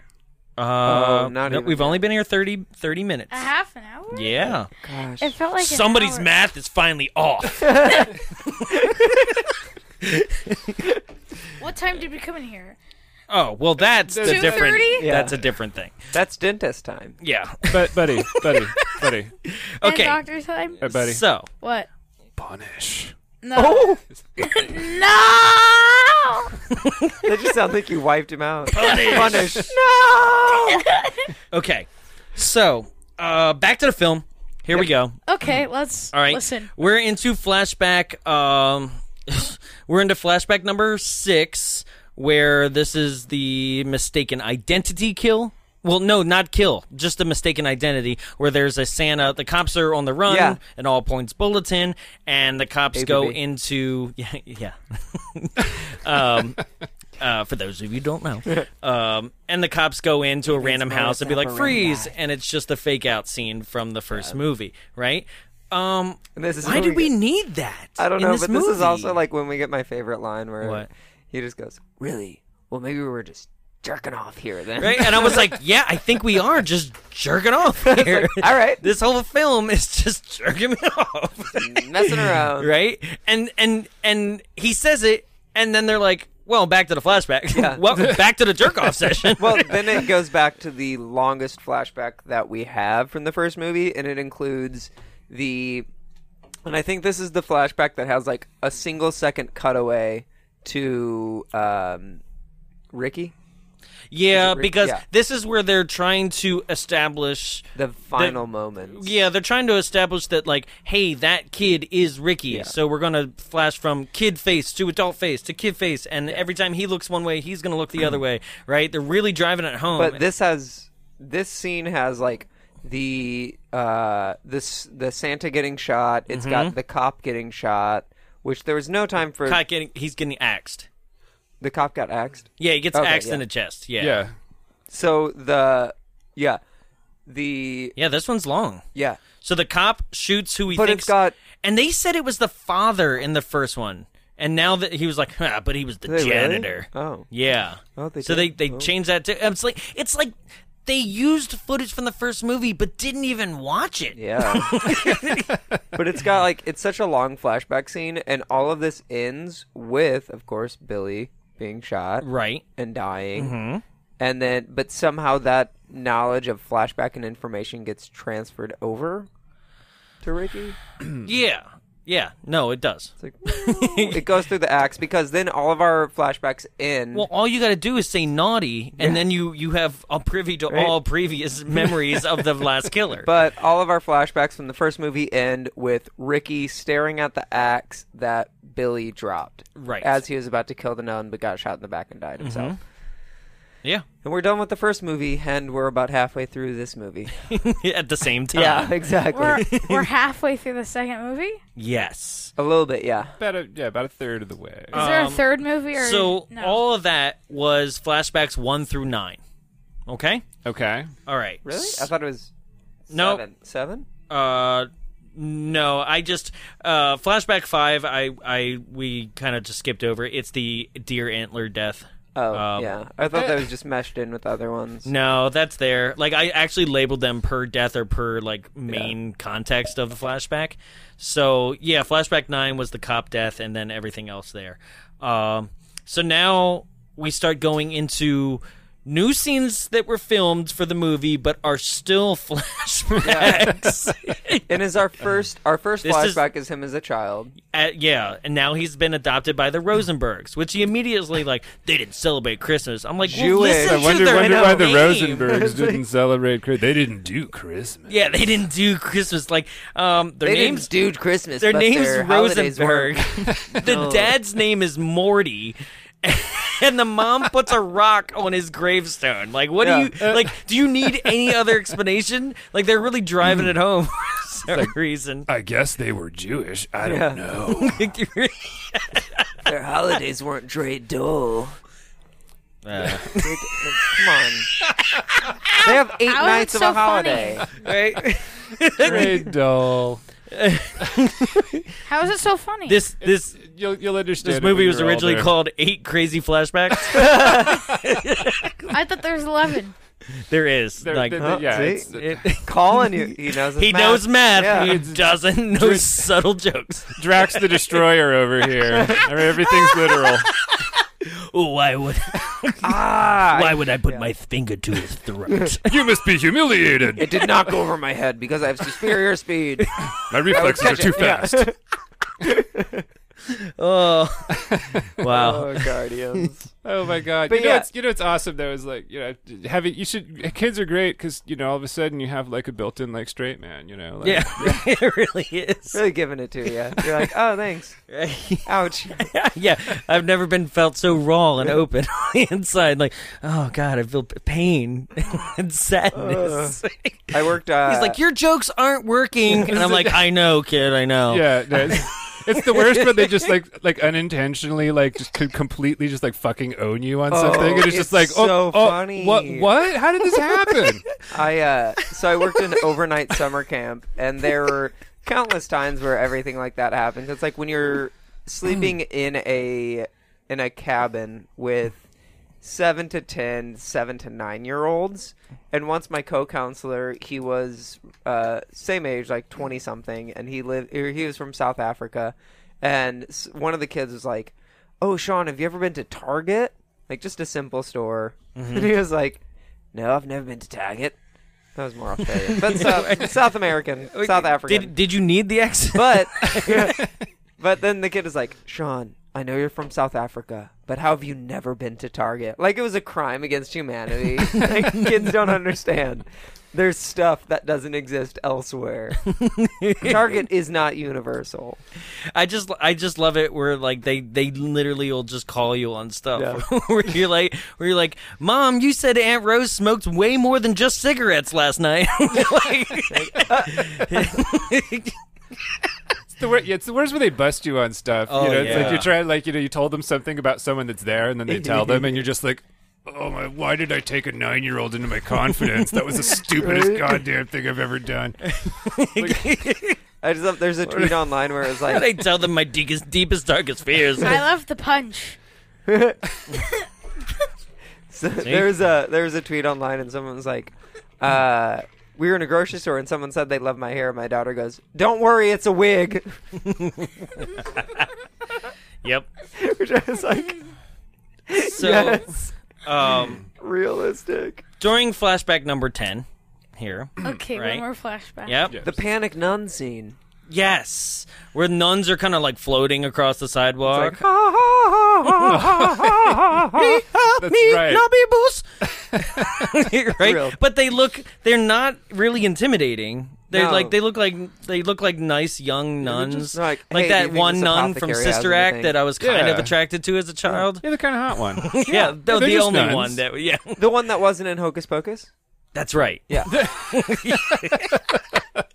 Uh,
Oh, not
no,
even
we've
yet.
only been here 30, 30 minutes.
A half an hour?
Yeah,
Oh, Gosh.
It felt Uh-huh. like an
somebody's
hour.
math is finally off.
What time did we come in here?
oh well, that's the different.
2:30?
That's a different thing.
That's dentist time.
Yeah.
But buddy, buddy, buddy,
Okay.
And doctor time?
hey, buddy.
So
What?
Punish.
No. no.
That just sounds like you wiped him out.
Punish.
Punish. No.
okay, so uh, back to the film. Here we go.
Okay, let's
All right.
listen.
We're into flashback. Um, we're into flashback number six, where this is the mistaken identity kill. Well, no, not kill, just a mistaken identity. Where there's a Santa, the cops are on the run,
Yeah.
an all points bulletin, and the cops
A to
go
B.
into yeah, yeah. um, uh, for those of you who don't know, um, and the cops go into a random house and be like, "Freeze!" and it's just a fake out scene from the first movie, right? Um,
And this is
why
when
do we
get-
need that?
I don't
in
know,
this
but this is
movie?
also like when we get my favorite line where
What?
he just goes, "Really? Well, maybe we were just jerking off here then."
Right? And I was like, yeah, I think we are just jerking off here.
All right,
This whole film is just jerking me off,
messing around.
right? And and and he says it, and then they're like, "Well, back to the flashback.
Yeah.
well, back to the jerk off session."
Well, then it goes back to the longest flashback that we have from the first movie, and it includes the. And I think this is the flashback that has like a single second cutaway to um, Ricky,
yeah,
re-
because
yeah.
this is where they're trying to establish
the final moments.
Yeah, they're trying to establish that, like, hey, that kid is Ricky. So we're going to flash from kid face to adult face to kid face. And every time he looks one way, he's going to look the other way, right? They're really driving it home.
But this has this scene has like the uh this the Santa getting shot. It's got the cop getting shot, which there was no time for.
Kai getting, he's getting axed.
The cop got axed.
Yeah, he gets
Okay,
axed in
yeah.
the chest. Yeah.
Yeah.
So the yeah the
Yeah, this one's long.
yeah.
So the cop shoots who he
But
thinks.
it's got
and they said it was the father in the first one. And now that he was like, ah, but he was the
They really?
janitor.
Oh.
Yeah.
Oh, they
so
did?
they they
Oh.
changed that to it's like it's like they used footage from the first movie but didn't even watch it.
Yeah. but it's got like it's such a long flashback scene and all of this ends with of course Billy being shot
Right.
and dying. And then but somehow that knowledge of flashback and information gets transferred over to Ricky.
Yeah. Yeah. No, it does.
It's like it goes through the acts because then all of our flashbacks in.
Well, all you got to do is say naughty, and then you you have a privy to all previous memories of the last killer.
but all of our flashbacks from the first movie end with Ricky staring at the axe that Billy dropped.
Right.
As he was about to kill the nun but got shot in the back and died himself.
yeah,
And we're done with the first movie and we're about halfway through this movie.
at the same time.
exactly.
We're, we're halfway through the second movie. Is
Yes.
a little bit, yeah.
About a, yeah, about a third of the way.
there a third movie? Or
Um, So
no?
all of that was flashbacks one through nine. Okay.
okay.
All right.
Really? I thought it was
No.
seven. Seven?
Uh, no, I just uh, flashback five. I I we kind of just skipped over. It's the deer antler death.
Oh,
Um,
yeah. I thought that was just meshed in with other ones.
No, that's there. Like I actually labeled them per death or per like main context of the flashback. So yeah, flashback nine was the cop death, and then everything else there. Um, so now we start going into new scenes that were filmed for the movie, but are still flashbacks.
And is our first our first
This is-
flashback is him as a child.
Uh, yeah, and now he's been adopted by the Rosenbergs, which he immediately like they didn't celebrate Christmas. I'm like, well,
Jewish.
listen
I
to
wonder,
their
wonder why the
name.
Rosenbergs didn't celebrate Christmas. They didn't do Christmas.
Yeah, they didn't do Christmas. Like, um, their
They
names
names dude Christmas.
their
but
name's
their holidays
Rosenberg.
weren't.
the dad's name is Morty. And the mom puts a rock on his gravestone. Like, what
Yeah.
do you like? Do you need any other explanation? Like, they're really driving it home for some reason.
I guess they were Jewish. I don't
Yeah.
know.
Their holidays weren't Dre Dole.
Uh,
Come on. they have eight
How is it
nights
so
of a holiday.
right?
Very dull.
how is it so funny?
This this
You'll, you'll understand.
this
it when
movie was
you're
originally
older.
called Eight Crazy Flashbacks.
I thought there was eleven.
there is
They're-
like
they're-
huh,
yeah,
see?
it's-
it-
Calling you, he knows. His
uh, he
math.
knows math.
Yeah.
He doesn't know subtle jokes.
Drax the Destroyer over here. Everything's literal.
Oh, Why would
Ah,
why would I put my finger to his throat?
You must be humiliated.
it did not go over my head because I have superior speed.
My reflexes are too fast.
oh, wow.
oh, guardians.
Oh my god!
But
you know,
yeah.
it's you know, it's awesome though. Is like you know, having you should kids are great because you know all of a sudden you have like a built-in like straight man. You know, like,
Yeah, it really is.
Really giving it to you. You're like, oh, thanks. Ouch.
yeah, I've never been felt so raw and open on the inside. Like, oh god, I feel p- pain and sadness.
I worked. Uh,
He's like, your jokes aren't working, and I'm like, I know, kid, I know.
yeah. no, it's, it's the worst when they just like like unintentionally like just could completely just like fucking own you on something, and it's,
it's
just like oh,
so
oh,
funny.
what what? How did this happen?
I uh, so I worked in overnight summer camp, and there were countless times where everything like that happens. It's like when you're sleeping in a in a cabin with seven to ten, seven to nine year olds. And once my co-counselor, he was uh, same age, like twenty something, and he lived. er, He was from South Africa, and s- one of the kids was like, "Oh, Sean, have you ever been to Target? Like just a simple store." And he was like, "No, I've never been to Target." That was more Australian, but South, South American, South African.
Did did you need the accent?
But but then the kid is like, Sean, I know you're from South Africa, but how have you never been to Target? Like it was a crime against humanity. like kids don't understand. There's stuff that doesn't exist elsewhere. Target is not universal.
I just I just love it where like they they literally will just call you on stuff where you're like where you're like mom you said Aunt Rose smoked way more than just cigarettes last night Like-
It's the worst. Yeah, it's the worst when they bust you on stuff.
Oh,
you know, it's
yeah.
like you're trying like you know you told them something about someone that's there, and then they tell them, and you're just like. Oh my! Why did I take a nine-year-old into my confidence? That was the stupidest goddamn thing I've ever done.
I just love, there's a tweet online where it was like
they tell them my deepest deepest darkest fears
I love the punch.
So there was a there was a tweet online and someone was like, uh, "We were in a grocery store and someone said they love my hair." My daughter goes, "Don't worry, it's a wig."
yep
Which I was like,
so
"Yes,
um
realistic."
during flashback number 10 here.
Okay,
Right.
one more flashback.
Yep.
Yeah.
The panic nun scene.
Yes. Where nuns are kind of like floating across the sidewalk.
It's
That's
me,
right.
not me, boss. right?
Real.
But they look they're not really intimidating. They're
No.
like they look like they look like nice young nuns.
just like, hey, do you
that
think
one
this
nun from
apothecary has
Sister Act
anything?
that I was kind of
Yeah.
attracted to as a child.
Yeah, the kind of hot one.
Yeah, the,
they're
the
just
only
nuns.
one that yeah.
The one that wasn't in Hocus Pocus.
That's right.
Yeah.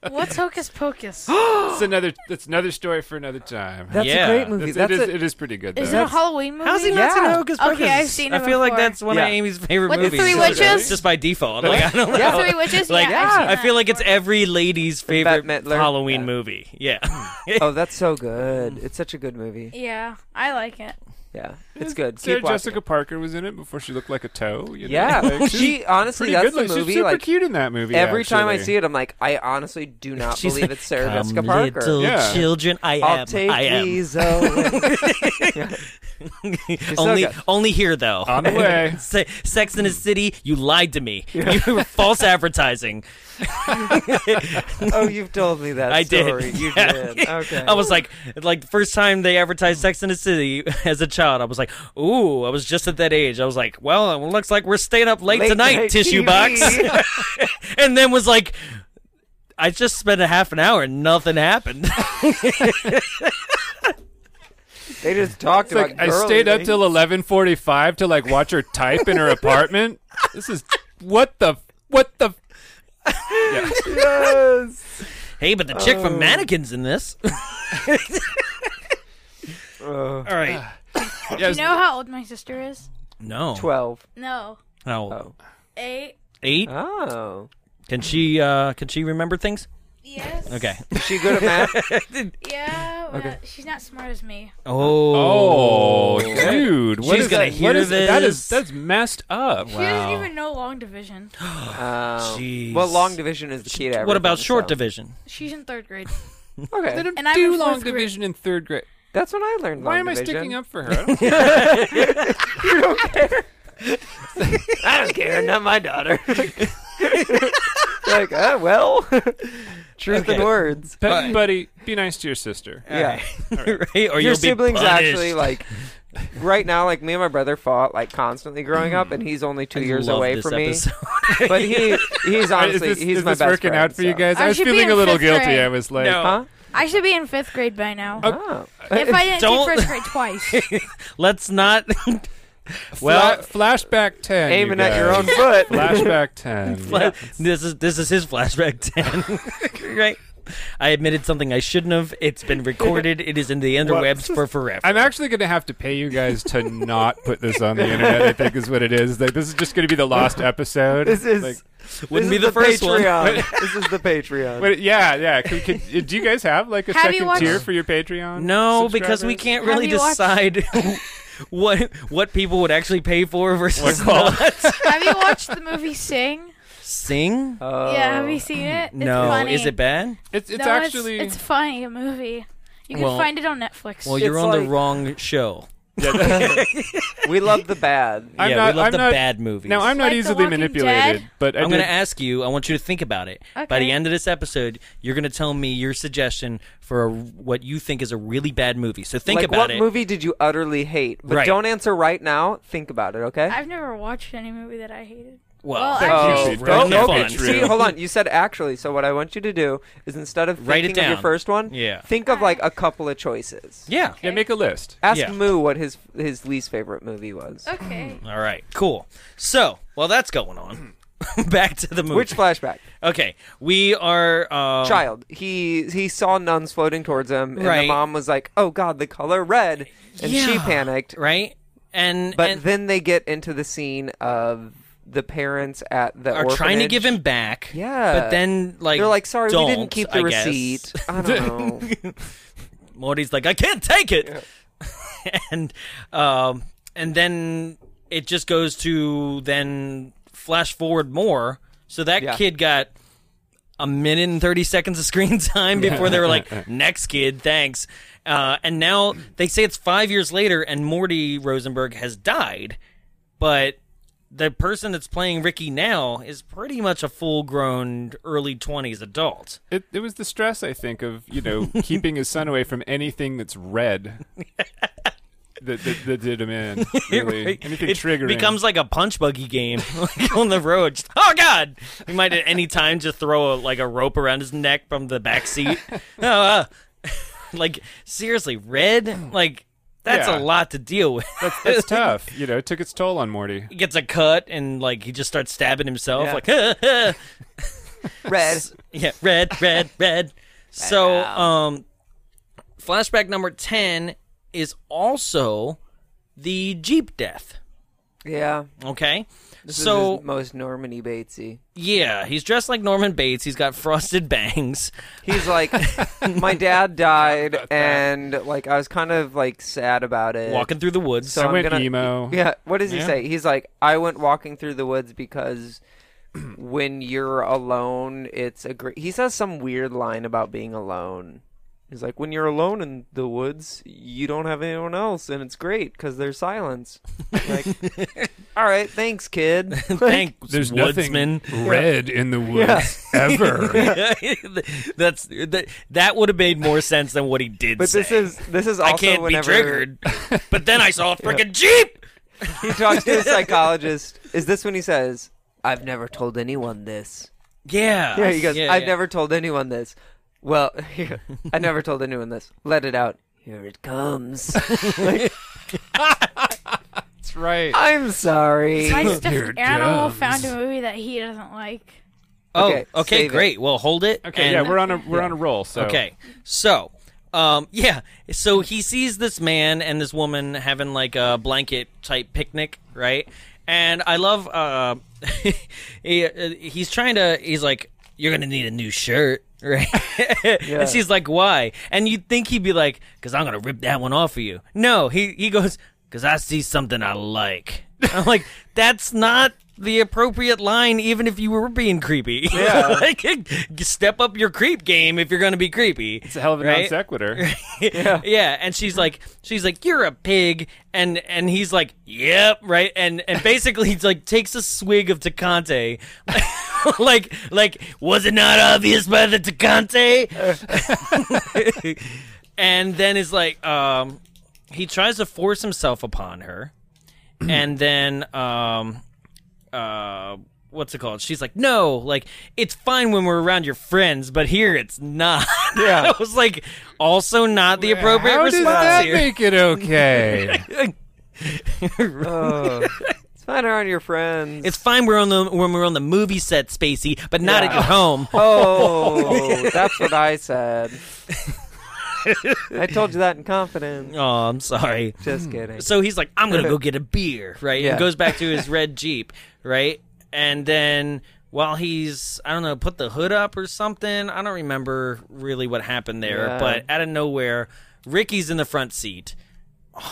What's Hocus Pocus?
it's another. That's another story for another time.
That's
Yeah.
a great
That's-
movie.
it,
That's,
is,
a,
it is pretty good. Though.
Is it a Halloween movie?
How's he not seen
Yeah.
Hocus
Okay,
Pocus?
I've seen
I
it
feel like
before.
that's one of
Yeah.
Amy's favorite
With the
movies.
three
just-
witches?
Just by default. Like I don't know.
Yeah.
Three witches.
Like
yeah, I've seen
I
that
feel like it's
before.
every lady's favorite
Bette Midler.
Halloween
Yeah.
movie. Yeah.
oh, that's so good. It's such a good movie.
Yeah, I like it.
Yeah, it's good.
Sarah
Keep watching
Jessica
it.
Parker was in it before she looked like a toe. You know?
Yeah,
Like, she's
she honestly
pretty
that's
good
the
looking.
movie.
She's super
like
cute in that movie.
every time I
actually.
see it, I'm like, I honestly do not
She's
believe
like,
it's Sarah
"Come,
Jessica Parker.
Little
Yeah.
children, I
I'll
am.
take
I am.
these away. so
only,
good.
only here though.
On the way.
Se- Sex in the City. You lied to me. You were false advertising.
oh, you've told me that
I
story.
did.
You
Yeah.
did. Okay.
I was like, like the first time they advertised Sex in the City as a child, I was like, ooh, I was just at that age. I was like, well, it looks like we're staying up late,
Late
tonight,
night
tissue
TV.
box. and then was like, I just spent a half an hour and nothing happened.
they just talked about.
It's
eh?
like I
girly
stayed up
things.
till eleven forty-five to like watch her type in her apartment. This is what the what the. Yeah.
Yes.
hey, but the chick
Oh.
from Mannequins in this.
Uh,
All right.
Yeah,
You know how old my sister is?
No.
Twelve.
No,
How old?
Oh.
eight.
Eight?
Oh,
Can she uh can she remember things?
Yes.
Okay.
is she good at math?
Yeah. Well, She's not smart as me.
Oh, dude! what
She's
is
gonna
that?
hear
what is That
this.
is that's messed up.
She doesn't even know long division.
Um,
Jeez.
Well, long division is the key to everything.
What about short
so-
division?
She's in third grade.
They
Okay,
don't
And I'm
do
in
long
fourth grade.
division in third grade.
that's when I learned. long
Why am I
division.
sticking up for her? I don't care.
I don't care. Not my daughter. like, ah, well, truth
Okay.
in words.
Pet
Alright.
buddy, be nice to your sister.
Yeah,
right? Or
your
you'll
siblings
be punished.
actually like. Right now, like me and my brother fought like constantly growing up, and he's only two
I
years
love
away
this
from me.
episode.
But he, he's
Alright,
honestly,
is this,
he's
is
my
this
best
working
friend,
out for you
so-
guys?
I
I was
should be
feeling
in
a little
fifth
guilty.
grade.
I was like,
No.
Huh?
I should be in fifth grade by now.
Uh,
Oh.
If I didn't
Don't-
take first grade twice.
Let's not. well,
well, flashback ten. you
aiming at your
guys.
own foot.
Flashback ten.
this is this is his flashback ten, right? I admitted something I shouldn't have. It's been recorded. It is in the interwebs for forever.
I'm actually going to have to pay you guys to not put this on the internet. I think is what it is. Like this is just going to be the last episode.
This is
Like,
Wouldn't
this
be
is
the first one.
Patreon. this is the Patreon.
but yeah, yeah. Could, could, do you guys have like a
Have you
second
watched-
tier for your Patreon?
No, because we
subscribers?
can't
Have
really
you watched-
decide what what people would actually pay for versus
What
not.
have you watched the movie Sing?
Sing?
Oh.
Yeah, have you seen it? It's
Uh, no,
funny.
is it bad?
It's it's
no,
actually
it's, funny a movie. You can
Well-
find it on Netflix.
Well, you're
It's
on the
like-
wrong show.
We love the bad.
I'm
yeah,
not-
we love
I'm
the
not-
bad movies.
now I'm not
Like The
easily
Walking
manipulated,
Dead?
but I
I'm going to
did-
ask you. I want you to think about it. By the
Okay.
end of this episode, you're going to tell me your suggestion for a, what you think is a really bad movie. So think
like,
about
what
it.
movie did you utterly hate? But
Right.
don't answer right now. Think about it, okay?
I've never watched any movie that I hated.
Well,
Well,
Oh,
actually,
It's really
nope.
fun.
See, hold on. You said actually. So what I want you to do is instead of
Write it
thinking of
down.
your first one,
Yeah.
think of like a couple of choices.
yeah.
Yeah, make a list.
Ask
Yeah.
Moo what his his least favorite movie was.
okay.
All right. Cool. So while that's going on, back to the movie.
Which flashback?
okay, we are um,
Child. He he saw nuns floating towards him, and
Right.
the mom was like, "Oh God, the color red," and she
Yeah.
panicked.
right? And
But
and
then they get into the scene of the parents at the
are trying to
orphanage.
give him back.
Yeah.
But then like
They're like, sorry, we
don't,
didn't keep the
I guess."
receipt. I don't know.
Morty's like, I can't take it, and um, and then it just goes to then flash forward more. So that
Yeah.
kid got a minute and thirty seconds of screen time before they were like, next kid, thanks. Uh, and now they say it's five years later, and Morty Rosenberg has died, but the person that's playing Ricky now is pretty much a full grown early 20s adult.
It, it was the stress, I think, of you know keeping his son away from anything that's red. that, that, that did him in. Really,
Right?
anything
it
triggering
becomes like a punch buggy game like on the road. Just, oh God! He might at any time just throw a, like a rope around his neck from the back seat. oh, uh, like seriously, red like that's
Yeah.
a lot to deal with.
That's tough. You know, it took its toll on Morty.
he gets a cut and like he just starts stabbing himself.
Yeah.
Like
Red.
Yeah, red, red, red. so, um, flashback number 10 is also the Jeep death.
Yeah.
Okay.
This
so,
is most Normandy Batesy.
yeah, he's dressed like Norman Bates. He's got frosted bangs.
He's like, my dad died, and like I was kind of like sad about it.
Walking through the woods.
So
I
I'm
went
gonna-
emo.
Yeah. What does he
Yeah.
say? He's like, I went walking through the woods because when you're alone, it's a great. He says some weird line about being alone. He's like, when you're alone in the woods, you don't have anyone else, and it's great because there's silence. Like, all right, thanks, kid.
Thanks,
There's
woodsman.
nothing red in the woods ever.
That's that, that would have made more sense than what he did
But this
say.
is this is also
I can't
whenever
be triggered. but then I saw a freaking Jeep.
he talks to a psychologist. Is this when he says, "I've never told anyone this"?
Yeah.
Yeah, he goes, "I've
yeah.
never told anyone this." Well, I never told anyone this. Let it out. Here it comes.
That's right.
I'm sorry.
My stuffed
Here it
animal
comes.
found a movie that he doesn't like.
Oh,
Okay,
okay,
save it.
great. Well, hold it.
Okay,
and-
yeah, we're on a we're on a roll. So
Okay. So, um, yeah. So he sees this man and this woman having like a blanket type picnic, right? And I love. Uh, he, uh, he's trying to. He's like, "You're gonna need a new shirt." Right, and she's like, "Why?" And you'd think he'd be like, "Cause I'm gonna rip that one off of you." No, he he goes, "Cause I see something I like." I'm like, "That's not the appropriate line, even if you were being creepy." Yeah, like, step up your creep game if you're gonna be creepy.
it's a hell of a non
right?
sequitur.
yeah. and she's like she's like you're a pig and and he's like yep right and and basically he's like takes a swig of Tecate like like was it not obvious by the Tecate and then is like um he tries to force himself upon her and then um uh what's it called she's like no like it's fine when we're around your friends but here it's not yeah i was like also not the appropriate
How does
response
that
here
make it okay?
Oh, it's fine around your friends.
it's fine we're on the when we're on the movie set spacey but not at your home
oh, that's what I said. I told you that in confidence.
oh i'm sorry
Just kidding.
so he's like, I'm gonna go get a beer, right?
Yeah.
And goes back to his red Jeep, right? And then while he's I don't know, put the hood up or something. I don't remember really what happened there,
Yeah.
but out of nowhere, Ricky's in the front seat,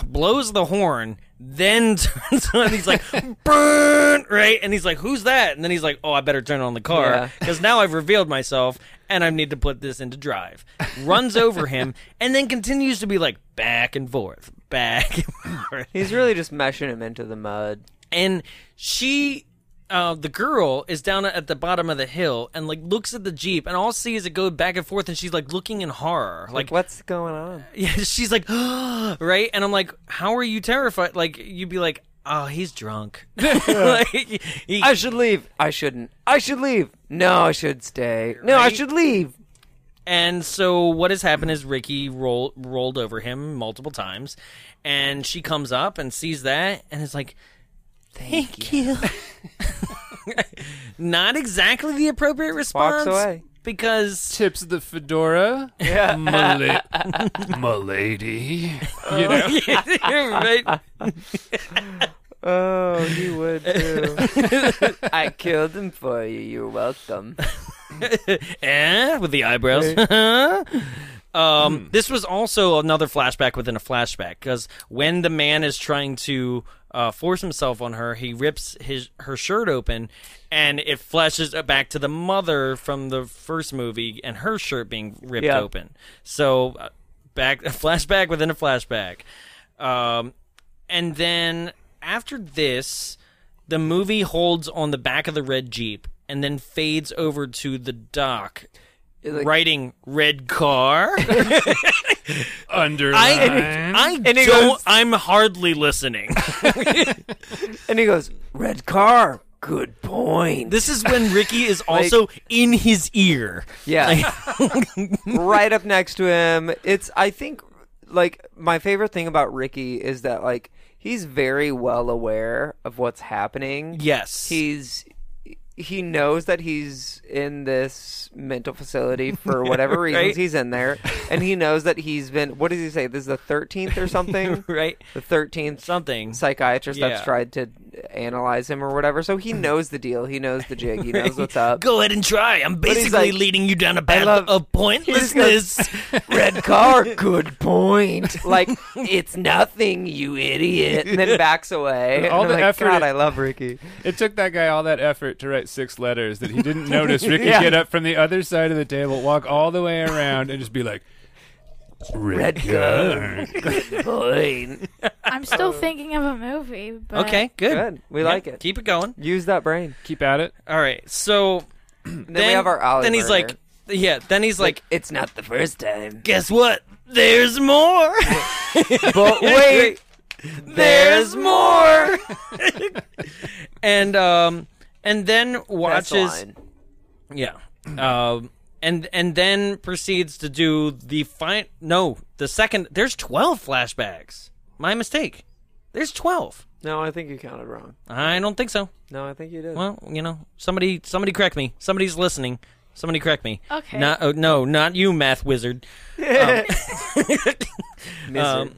blows the horn, then turns on he's like burn right and he's like, Who's that? And then he's like, Oh, I better turn on the
Yeah.
car because now I've revealed myself and I need to put this into drive. Runs over him and then continues to be like back and forth, back and forth.
He's really just meshing him into the mud.
And she, uh, the girl, is down at the bottom of the hill and like looks at the jeep and all I see is it go back and forth and she's like looking in horror, like
Like, what's going on?
yeah, she's like, right? And I'm like, how are you terrified? Like you'd be like. Oh, he's drunk. like, he-
I should leave. I shouldn't. I should leave. No, I should stay. No, I
Right?
should leave.
And so what has happened is Ricky roll, rolled over him multiple times, and she comes up and sees that and is like, "Thank, you." Not exactly the appropriate response.
away.
because
Tips of the fedora. Yeah. Milady.
Oh,
You know?
right?
Oh, he would too. I killed him for you. You're welcome.
eh, with the eyebrows. um, This was also another flashback within a flashback because when the man is trying to uh, force himself on her, he rips his her shirt open, and it flashes back to the mother from the first movie and her shirt being ripped
Yeah.
open. So uh, back a flashback within a flashback, um, and then after this. The movie holds on the back of the red Jeep and then fades over to the dock.
like-
writing red car.
Underline.
I, I
And he
don't.
goes-
I'm hardly listening.
And he goes, "Red car, good point."
This is when Ricky is also in his ear.
Yeah. right up next to him. It's I think like my favorite thing about Ricky is that like he's very well aware of what's happening.
Yes.
He's he knows that he's in this mental facility for whatever reasons he's in there. And he knows that he's been what does he say? This is the thirteenth or something?
right.
The thirteenth
Something.
psychiatrist
Yeah.
that's tried to analyze him or whatever. So he knows the deal. He knows the jig. He knows what's up.
Go ahead and try. I'm
he's
basically
like-
leading you down a path
love-
of
just goes-
pointlessness.
Red car, good point. Like it's nothing, you idiot. And then backs away.
All
And I'm like,
the effort
God,
it-
I love Ricky.
It took that guy all that effort to write six letters that he didn't notice Ricky
Yeah.
get up from the other side of the table, walk all the way around, and just be like, Red, gun.
Point.
I'm still thinking of a movie. But
okay, good.
Good. We
Yeah,
like it.
Keep it going.
Use that brain.
Keep at it.
All right. So
And
then,
then, we have our alley.
Then he's
murder.
like, yeah. Then he's like,
it's not the first time.
guess what? There's more.
But wait,
There's more. and um, and then
that's the
watches.
line.
Yeah. Um, and and then proceeds to do the fine. No, the second. There's twelve flashbacks. My mistake. There's twelve.
No, I think you counted wrong.
I don't think so.
No, I think you did.
Well, you know, somebody somebody correct me. Somebody's listening. Somebody correct me.
Okay.
Not, oh, no, not you, math wizard.
Misery.
um,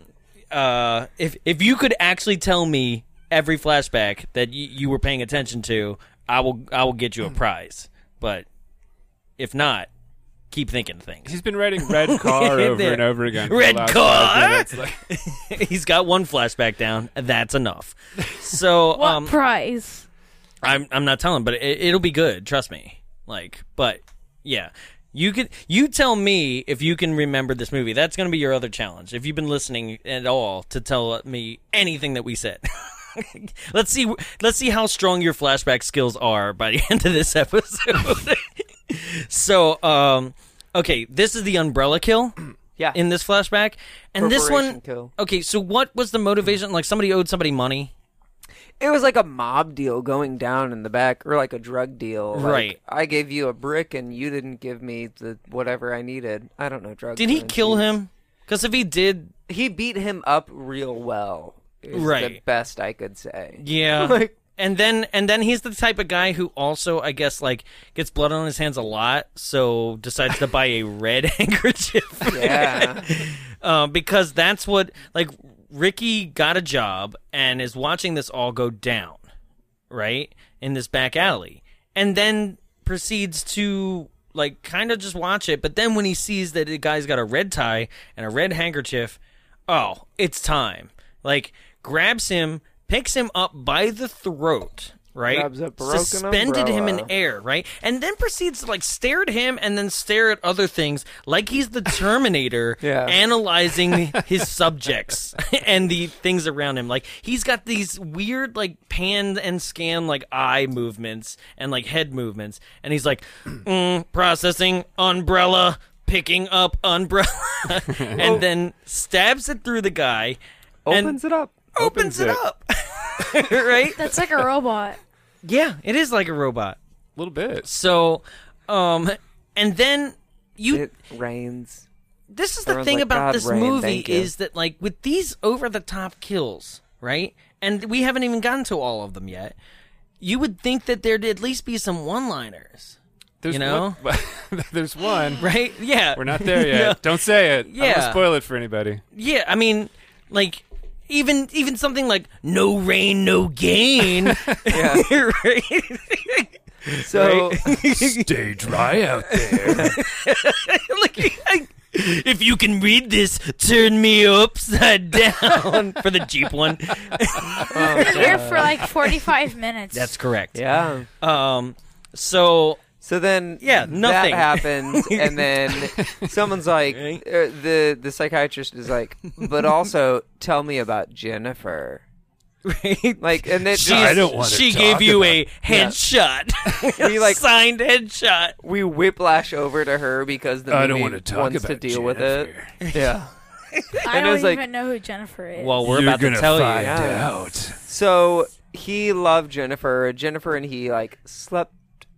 Uh, if if you could actually tell me every flashback that y- you were paying attention to, I will I will get you a prize. But if not, keep thinking things.
He's been writing red car over
Yeah.
and over again. for the
Red
last
car?
five minutes. Like,
He's got one flashback down. That's enough. So
What
um,
prize?
I'm I'm not telling, but it, it'll be good. Trust me. Like, but yeah, you could you tell me if you can remember this movie. That's going to be your other challenge. If you've been listening at all, to tell me anything that we said. let's see let's see how strong your flashback skills are by the end of this episode. so, um, okay, this is the umbrella kill.
yeah.
In this flashback, and this one,
Corporation kill.
okay. So, what was the motivation? Like, somebody owed somebody money,
it was like a mob deal going down in the back or like a drug deal Like,
Right.
i gave you a brick and you didn't give me the whatever i needed i don't know drugs
Did he
man,
kill
jeez.
him? Because if he did,
he beat him up real well is the
Right.
best i could say
yeah.
Like-
and then and then he's the type of guy who also, I guess, like gets blood on his hands a lot, so decides to buy a red handkerchief.
yeah
uh, because that's what like Ricky got a job and is watching this all go down, right in this back alley, and then proceeds to like kind of just watch it. But then when he sees that the guy's got a red tie and a red handkerchief, oh, it's time! Like grabs him, picks him up by the throat. Right,
Grabs a broken
suspended him in
umbrella.
air, right? And then proceeds to like stare at him and then stare at other things like he's the Terminator
Yeah.
analyzing his subjects and the things around him. Like he's got these weird like pan and scan like eye movements and like head movements and he's like mm, processing umbrella picking up umbrella and then stabs it through the guy
opens
and Oh.
it up
opens,
Opens
it
it.
up. right?
That's like a robot.
Yeah, it is like a robot.
a little bit.
So, um, and then you.
it rains
this is the
everyone's
thing
like,
about
"God,
this
Rain,
movie
thank you."
is that like with these over the top kills, right? And we haven't even gotten to all of them yet. You would think that there'd at least be some one liners,
There's
You know?
one, there's one.
right? Yeah,
We're not there yet. Don't say it. I don't
Yeah.
wanna spoil it for anybody.
Yeah, I mean, like even even something like no rain, no gain. yeah, right.
so
Stay dry out there.
like, I- if you can read this, turn me upside down for the Jeep one.
Here for like 45 minutes.
That's correct.
yeah
Um. So
so then
Yeah, nothing.
that happens and then someone's like uh, the the psychiatrist is like but also tell me about jennifer
right?
Like, and then
She's-
I
don't wanna
she
talk
gave you
about-
a headshot,
We, like-
signed headshot.
we whiplash over to her because the
I
movie
don't want to talk
wants
about
to deal with it.
Jennifer.
Yeah.
I
it
don't
was like-
even know who Jennifer is.
Well, we're
You're
about to
gonna
tell
find
you.
out.
So he loved Jennifer. Jennifer and he like slept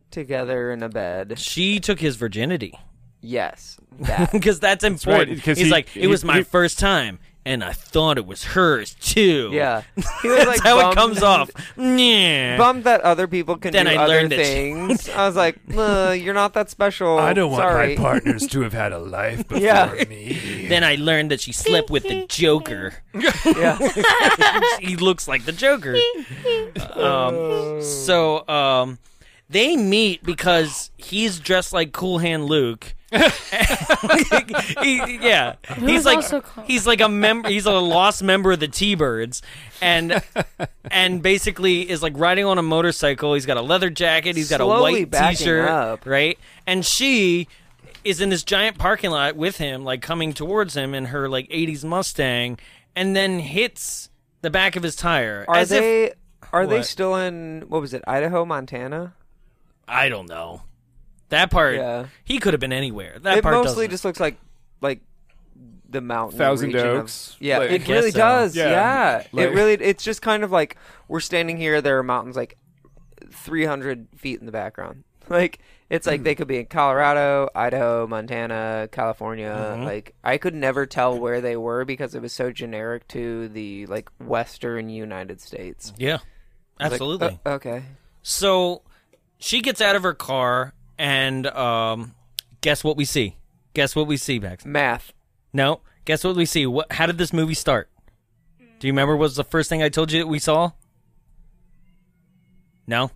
together in a bed.
She took his virginity
Yes, that.
because that's important.
'cause
He's
he-
like, it
he-
was my
he-
first time, and I thought it was hers too.
yeah. He was,
that's
like,
how it
bummed-
comes off. Yeah.
Bummed that other people can
Then
do
I
other
learned that she-
things. I was like, "Uh, you're not that special.
I don't want
Sorry.
my partners to have had a life before
Yeah.
me.
Then I learned that she slept with the Joker.
Yeah.
he looks like the Joker.
Oh.
um, so um, they meet because he's dressed like Cool Hand Luke. He- yeah, he's
is
like
also cool.
he's like a member. He's a lost member of the T Birds, and and basically is like riding on a motorcycle. He's got a leather jacket. He's got
Slowly
a white
backing
T-shirt,
up.
right? And she is in this giant parking lot with him, like coming towards him in her like '80s Mustang, and then hits the back of his tire.
Are
as if-
they are they
What?
still in what was it? Idaho, Montana?
I don't know. That part,
Yeah.
he could have been anywhere. That
it
part
mostly
doesn't.
just looks like like the mountain
Thousand
region of-
Oaks,
yeah,
like-
it
I
really
guess so.
does.
Yeah.
Yeah,
Like-
it really. It's just kind of like we're standing here. There are mountains like 300 feet in the background. Like it's like they could be in Colorado, Idaho, Montana, California.
Mm-hmm.
Like I could never tell where they were because it was so generic to the like Western United States.
yeah,
Like,
absolutely.
uh, okay.
so she gets out of her car, and um, guess what we see? Guess what we see, Max?
Math.
No, guess what we see? What? How did this movie start? Do you remember? What was the first thing I told you that we saw? No,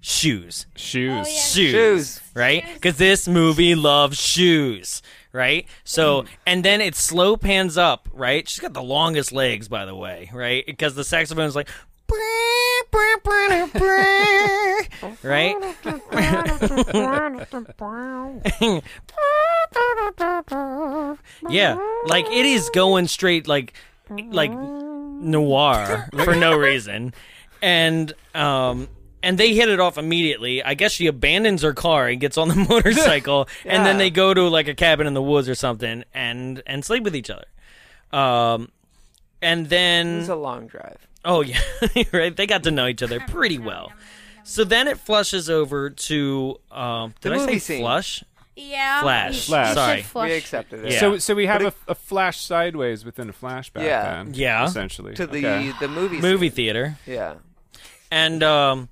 shoes.
Shoes.
shoes,
Shoes.
right? Because this movie loves shoes, right? So, and then it slow pans up, right? She's got the longest legs, by the way, right? Because the saxophone is like, right? yeah, like it is going straight, like, like noir for no reason. And um and they hit it off immediately. I guess she abandons her car and gets on the motorcycle and then
Yeah.
they go to like a cabin in the woods or something and and sleep with each other. Um and then
It's a long drive.
Oh yeah, right. They got to know each other pretty well. So then it flushes over to um, did
The
I say
movie scene.
flush?
yeah.
Flash.
You
Flash.
said
Sorry.
Flush.
We accepted it.
Yeah.
So, so we have a, a flash sideways within a flashback.
Yeah.
then,
Yeah.
Essentially.
To the
Okay.
the movie
Movie theater,
scene. Yeah.
and um,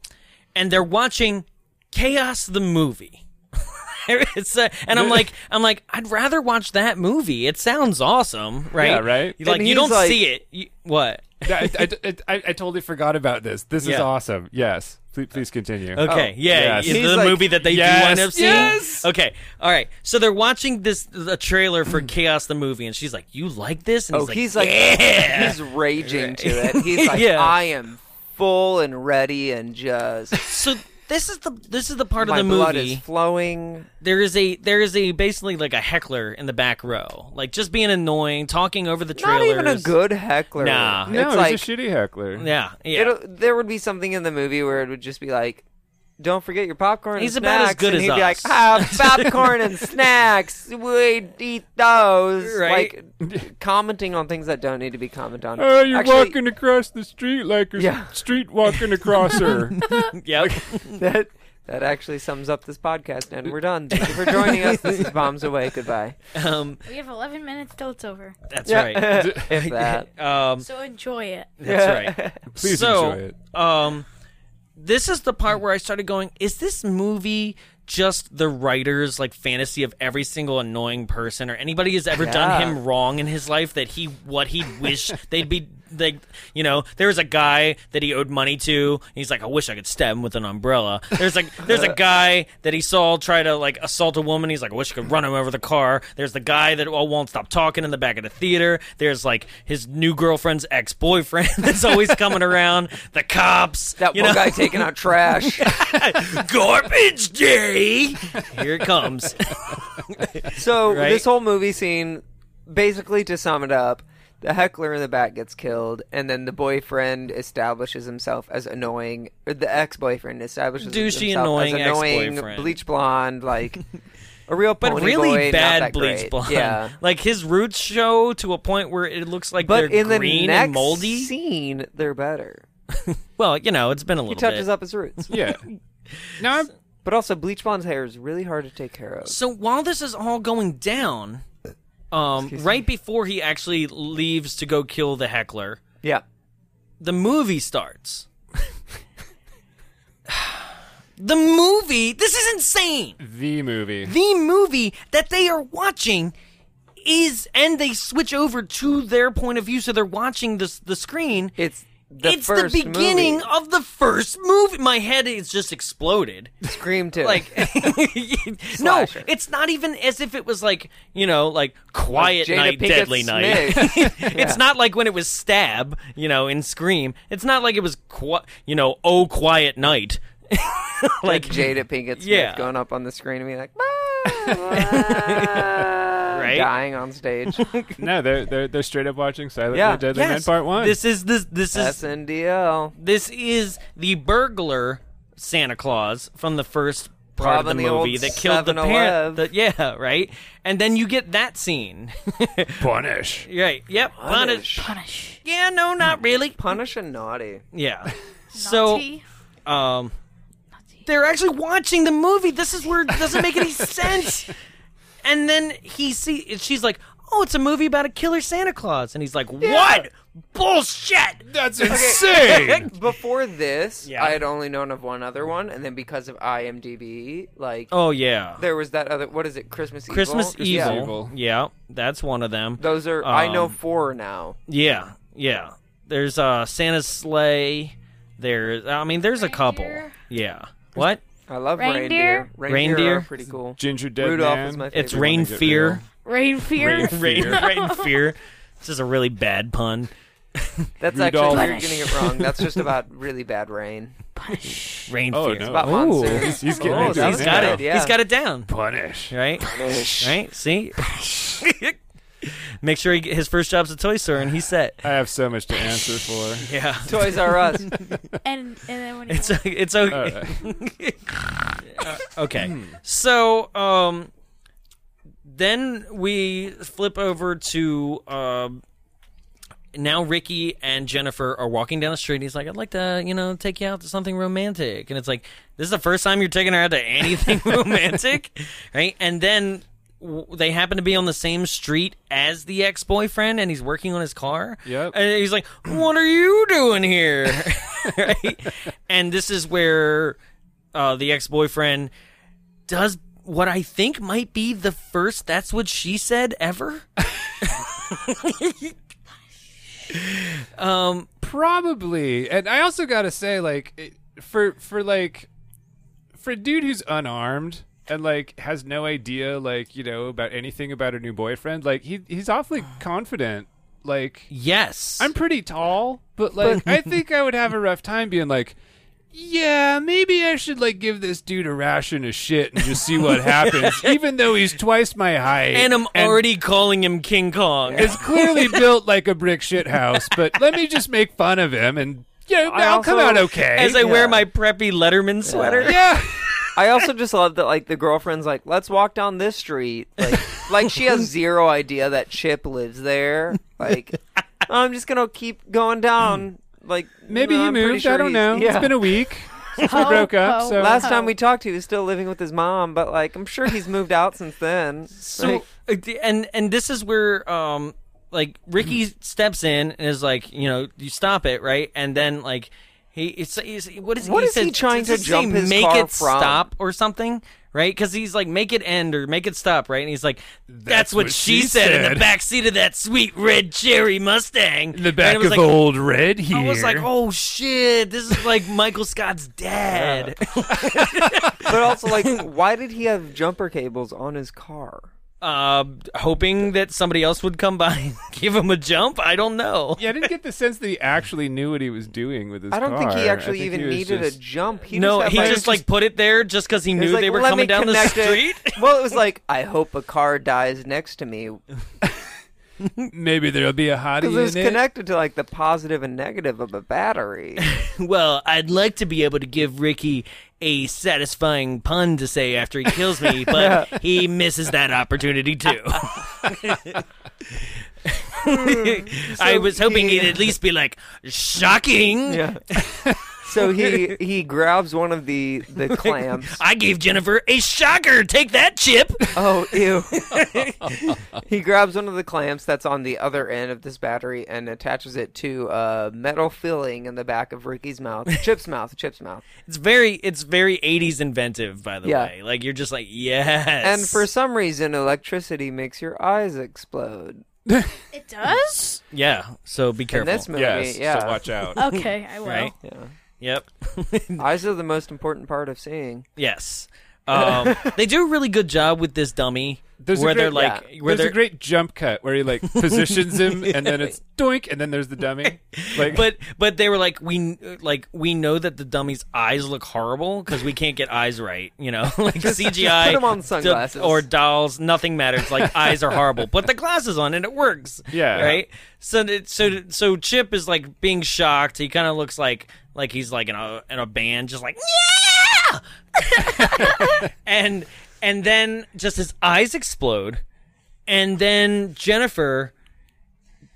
and they're watching Chaos the movie. it's uh, and I'm like I'm like I'd rather watch that movie. It sounds awesome, right?
Yeah, right?
Like
And
you don't
he's like-
see it. You, what?
Yeah, I, I, I, I totally forgot about this. This is
Yeah. Uh,
awesome. Yes. Please, please continue.
Okay, yeah,
oh, Yes.
is
He's
the
like,
movie that they do
"Yes,
wind up seeing.
yes."
Okay, all right. So they're watching this a trailer for Chaos the movie, and she's like, "You like this?" And
Oh, he's like,
"Yeah."
he's raging to it. He's like,
Yeah.
I am full and ready and just
so this is the this is the part of
my
the
blood
movie.
is flowing.
there is a there is a basically like a heckler in the back row, like just being annoying, talking over the trailers.
Not even a good heckler.
Nah.
it's
No, he's
like
a shitty heckler.
Yeah, yeah.
it'll, there would be something in the movie where it would just be like, "Don't forget your popcorn." and
He's about as
snacks,"
good
and
as
he'd be like,
us.
"Ah, popcorn and snacks. We eat those."
Right.
Like commenting on things that don't need to be commented on.
Oh, you're
Actually,
walking across the street like a
Yeah.
street walking across her.
yep.
That that actually sums up this podcast, and we're done. Thank you for joining us. This is Bombs Away. Goodbye.
um,
We have 11 minutes till it's over.
that's right.
Yeah. if that.
Um,
So enjoy it.
that's right.
Please
so,
enjoy it.
Um, this is the part where I started going, is this movie just the writer's like fantasy of every single annoying person or anybody who's ever done
Yeah.
him wrong in his life that he what he'd wish they'd be like you know there was a guy that he owed money to and he's like i wish i could stab him with an umbrella there's like there's a guy that he saw try to like assault a woman he's like i wish i could run him over the car there's the guy that well, won't stop talking in the back of the theater there's like his new girlfriend's ex-boyfriend that's always coming around the cops
That
you
one
know?
guy taking out trash.
garbage day. Here it comes.
So
Right?
this whole movie scene, basically to sum it up, The heckler in the back gets killed, and then the boyfriend establishes himself as annoying. Or the ex-boyfriend establishes
Douchey,
himself
annoying
as annoying,
ex-boyfriend.
bleach blonde, like a real
but
pony
really
boy, not
bad
that
bleach
great.
blonde.
Yeah,
like his roots show to a point where it looks like
but
they're
in the
green
next
and moldy.
scene, they're better.
Well, you know, it's been a little.
He touches
bit.
up his roots.
Yeah. No, I'm-
but also bleach blonde's hair is really hard to take care of.
So while this is all going down, um, right before he actually leaves to go kill the heckler,
yeah,
the movie starts. the movie. This is insane.
The movie.
the movie that they are watching is and they switch over to their point of view so they're watching this the screen
it's the
it's
first
the beginning
movie.
of the first movie my head is just exploded
Scream too.
like no
Slasher.
it's not even as if it was like you know like quiet
Jada
night
Pinkett
deadly night
Smith.
it's not like when it was stab you know in scream it's not like it was qui- you know oh quiet night
like Jada Pinkett Smith
Yeah.
going up on the screen and being like, right? dying on stage.
no, they're, they're they're straight up watching Silent
Yeah.
Night, Deadly
Yes.
Men Part One.
this is this this is
SNDL.
This is the burglar Santa Claus from the first part of
Robbing
the
the old
movie that killed the
7-Eleven.
parent. the- yeah, right. And then you get that scene.
Punish.
right. Yep. Punish.
Punish.
Yeah. No. Not really.
Punish and naughty.
Yeah. So,
T.
um, they're actually watching the movie. This is where it doesn't make any sense. And then he see. She's like, "Oh, it's a movie about a killer Santa Claus," and he's like, "What bullshit."
That's insane.
Before this,
Yeah.
I had only known of one other one, and then because of IMDb, like
Oh yeah.
there was that other. What is it? Christmas Evil.
Christmas Evil.
Yeah.
Evil.
Yeah, that's one of them.
Those are I know
Um,
four now.
Yeah, yeah. There's uh Santa's sleigh. There, I mean, there's a couple.
Reindeer.
Yeah. What?
I love
Reindeer?
reindeer. Reindeer,
Reindeer?
are pretty cool.
Ginger Dead
Rudolph
Man.
is my favorite.
It's
rain-
rain
ones that
fear.
Rain fear.
Rain, rain fear. This is a really bad pun.
That's
Rudolph.
actually you're getting it wrong. That's just about really bad rain.
Rain
Oh,
fear.
no.
About
Ooh.
monsters.
He's- he's getting
Oh,
into
that
it
He's
was
got
good,
it.
Yeah.
He's got it down.
Punish.
Right. Right. See. Make sure he, his first job's a toy store, and he's set.
I have so much to answer for.
Yeah.
Toys R Us.
And and then when he
It's it's okay.
All right. Hmm.
Okay. so, um, then we flip over to um, now Ricky and Jennifer are walking down the street. And he's like, "I'd like to, you know, take you out to something romantic." And it's like, "This is the first time you're taking her out to anything romantic, right?" And then w- they happen to be on the same street as the ex-boyfriend, and he's working on his car.
Yep.
And he's like, "What are you doing here?" right? And this is where uh, the ex boyfriend does what I think might be the first that's what she said ever.
Probably, and I also gotta say, like, it, for for like, for a dude who's unarmed and like has no idea, like, you know, about anything about a new boyfriend, like, he he's awfully confident, like.
Yes.
I'm pretty tall, but like I think I would have a rough time being like, yeah, maybe I should like give this dude a ration of shit and just see what happens, even though he's twice my height
and I'm already calling him King Kong.
is clearly built like a brick shit house. But let me just make fun of him and you know
I
I'll come
also-
out okay.
As I
Yeah.
wear my preppy Letterman sweater.
yeah,
I also just love that like the girlfriend's like, let's walk down this street. Like, like she has zero idea that Chip lives there. Like, I'm just gonna keep going down. Like,
maybe
you know,
he
I'm pretty
moved.
sure
I don't
he's-
know.
Yeah.
It's been a week since we broke up.
oh,
So
Last
Oh.
time we talked to, he was still living with his mom, but like, I'm sure he's moved out since then.
So uh, d- and and this is where um like Ricky steps in and is like, you know, you stop it, right? And then like he it's, it's what is
What
he
is he
said-
trying
does
to
say
jump his
make
car
it
from?
stop or something? Right, because he's like, make it end or make it stop, right? And he's like, "That's, what, she, said, in the
said."
back seat of that sweet red cherry Mustang."
In the back
and it
of
was like,
old red here.
I was like, "Oh shit, this is like Michael Scott's dad."
but also, like, why did he have jumper cables on his car?
uh, hoping that somebody else would come by and give him a jump. I don't know.
yeah, I didn't get the sense that he actually knew what he was doing with his.
I don't think
car.
he
I
actually
think
even
he was
needed
just-
a jump. He just
no,
had,
he
like,
just like put it there just because he
It was
knew
like,
they were
"Let me
coming down the
connect it."
street.
well, it was like, I hope a car dies next to me.
Maybe there'll be a hottie
Because it was
in it.
connected to like the positive and negative of a battery.
Well, I'd like to be able to give Ricky a satisfying pun to say after he kills me, but he misses that opportunity too. I was hoping
he-
he'd at least be like, shocking.
yeah. so he he grabs one of the the clamps.
I gave Jennifer a shocker. Take that, Chip.
Oh, ew. he grabs one of the clamps that's on the other end of this battery and attaches it to a metal filling in the back of Ricky's mouth. Chip's mouth, Chip's mouth.
It's very, it's very '80s inventive, by the
Yeah.
way. Like you're just like, yes.
And for some reason, electricity makes your eyes explode.
It does?
yeah, so be
In
careful.
this movie,
Yes,
yeah.
so watch out.
Okay, I will.
Right?
Yeah.
Yep.
Eyes are the most important part of seeing.
Yes. Um, they do a really good job with this dummy.
There's a
where they're
great-
like,
yeah.
where
there's
they're,
a great jump cut where he like positions him, and then it's doink, and then there's the dummy. Like,
but but they were like, we like we know that the dummy's eyes look horrible because we can't get eyes right, you know, like CGI.
put 'em on
d-
sunglasses.
or dolls. Nothing matters. Like eyes are horrible. Put the glasses on and it works.
Yeah.
Right. So that- so so Chip is like being shocked. He kind of looks like like he's like in a in a band, just like yeah. and and then just his eyes explode and then jennifer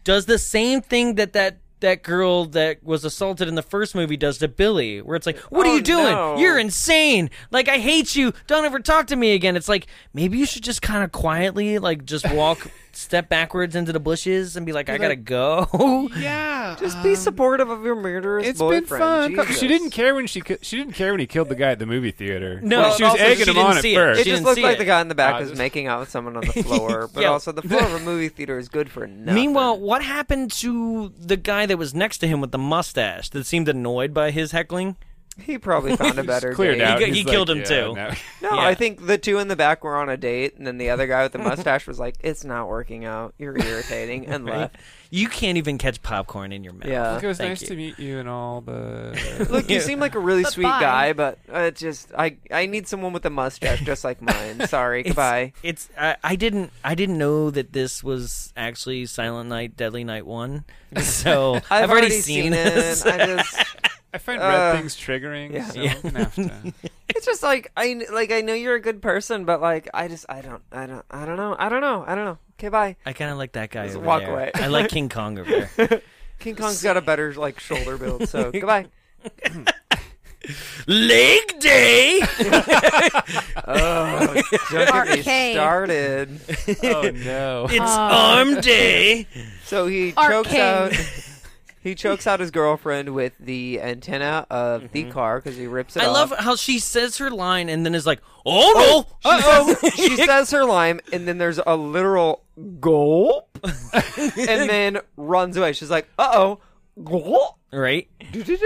does the same thing that that that girl that was assaulted in the first movie does to billy where it's like what
Oh,
are you doing
no.
you're insane like i hate you don't ever talk to me again it's like maybe you should just kind of quietly like just walk step backwards into the bushes and be like i gotta go
yeah,
Just be supportive of your murderous
Um, it's been
boyfriend.
fun.
Jesus.
She didn't care when she ki- she didn't care when he killed the guy at the movie theater.
No,
Like, she was
also she
egging him
didn't
on at
see it.
first.
It
She
just
didn't
looked
see
like
it.
the guy in the back
Ah,
was
this-
making out with someone on the floor, but
Yeah.
also the floor of a movie theater is good for nothing.
Meanwhile, what happened to the guy that was next to him with the mustache that seemed annoyed by his heckling?
he probably found a better
Cleared
date.
out.
He g- he
He's
killed
like,
him,
"Yeah,
too."
no."
No,
Yeah.
I think the two in the back were on a date, and then the other guy with the mustache was like, "It's not working out. You're irritating," and left.
You can't even catch popcorn in your mouth.
Yeah.
It was
Thank
nice
you.
to meet you and all the.
Look, you seem like a really sweet
bye.
guy, but uh, just I I need someone with a mustache just like mine. Sorry,
It's-
goodbye.
It's I, I didn't I didn't know that this was actually Silent Night, Deadly Night One. So I've,
I've,
already, seen,
it.
this.
I just
I find
Uh,
red things triggering.
yeah.
so
Yeah.
I'm gonna have to-
it's just like I kn- like I know you're a good person, but like I just I don't I don't I don't know I don't know I don't know. Okay, bye.
I kind of like that guy.
Just
over
walk
there.
away.
I like King Kong over there.
King Kong's got a better like shoulder build, so goodbye.
Leg day.
Oh, don't get me
Arcade.
started.
Oh no!
It's arm day.
So he
Art
chokes
King.
out. He chokes out his girlfriend with the antenna of the car because he rips it
I
off.
love how she says her line and then is like, "Oh no,
Oh, she says her lime, and then there's a literal gulp, and then runs away. She's like, "Uh oh, gulp,"
right." He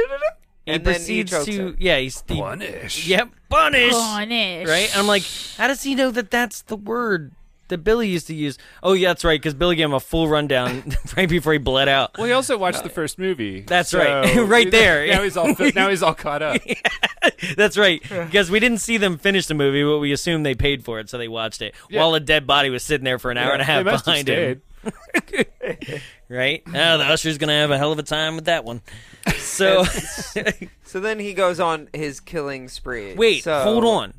and then he
proceeds
chokes
to
her.
yeah, he's he,
Punish.
Yep, punish.
Honest.
right? And I'm like, how does he know that that's the word that Billy used to use? Oh, yeah, that's right, because Billy gave him a full rundown right before he bled out.
Well, he also watched the first movie.
That's
so-
right. Right there.
Now he's all now he's all caught up.
That's right, because we didn't see them finish the movie, but we assumed they paid for it, so they watched it while a dead body was sitting there for an hour and a half
They must have
behind him.
stayed.
Right? Oh, the usher's gonna have a hell of a time with that one. So
So then he goes on his killing spree.
wait,
So-
hold on.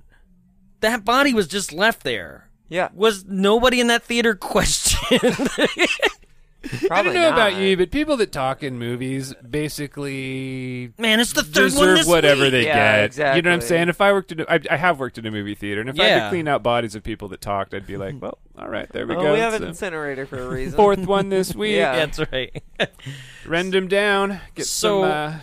That body was just left there.
Yeah,
Was nobody in that theater questioned?
I
probably
don't know about
not.
you, but people that talk in movies basically
Man, it's the third one
deserve
this
whatever
week.
they
Yeah,
get. You know what I'm
exactly.
saying? If I worked in, a, I, I have worked in a movie theater, and if I had
Yeah.
to clean out bodies of people that talked, I'd be like, well, all right, there we
Oh,
go.
we have an
It's the
incinerator for a reason.
fourth one this week.
Yeah.
That's right.
Rend them down. Get
So-
some. Uh,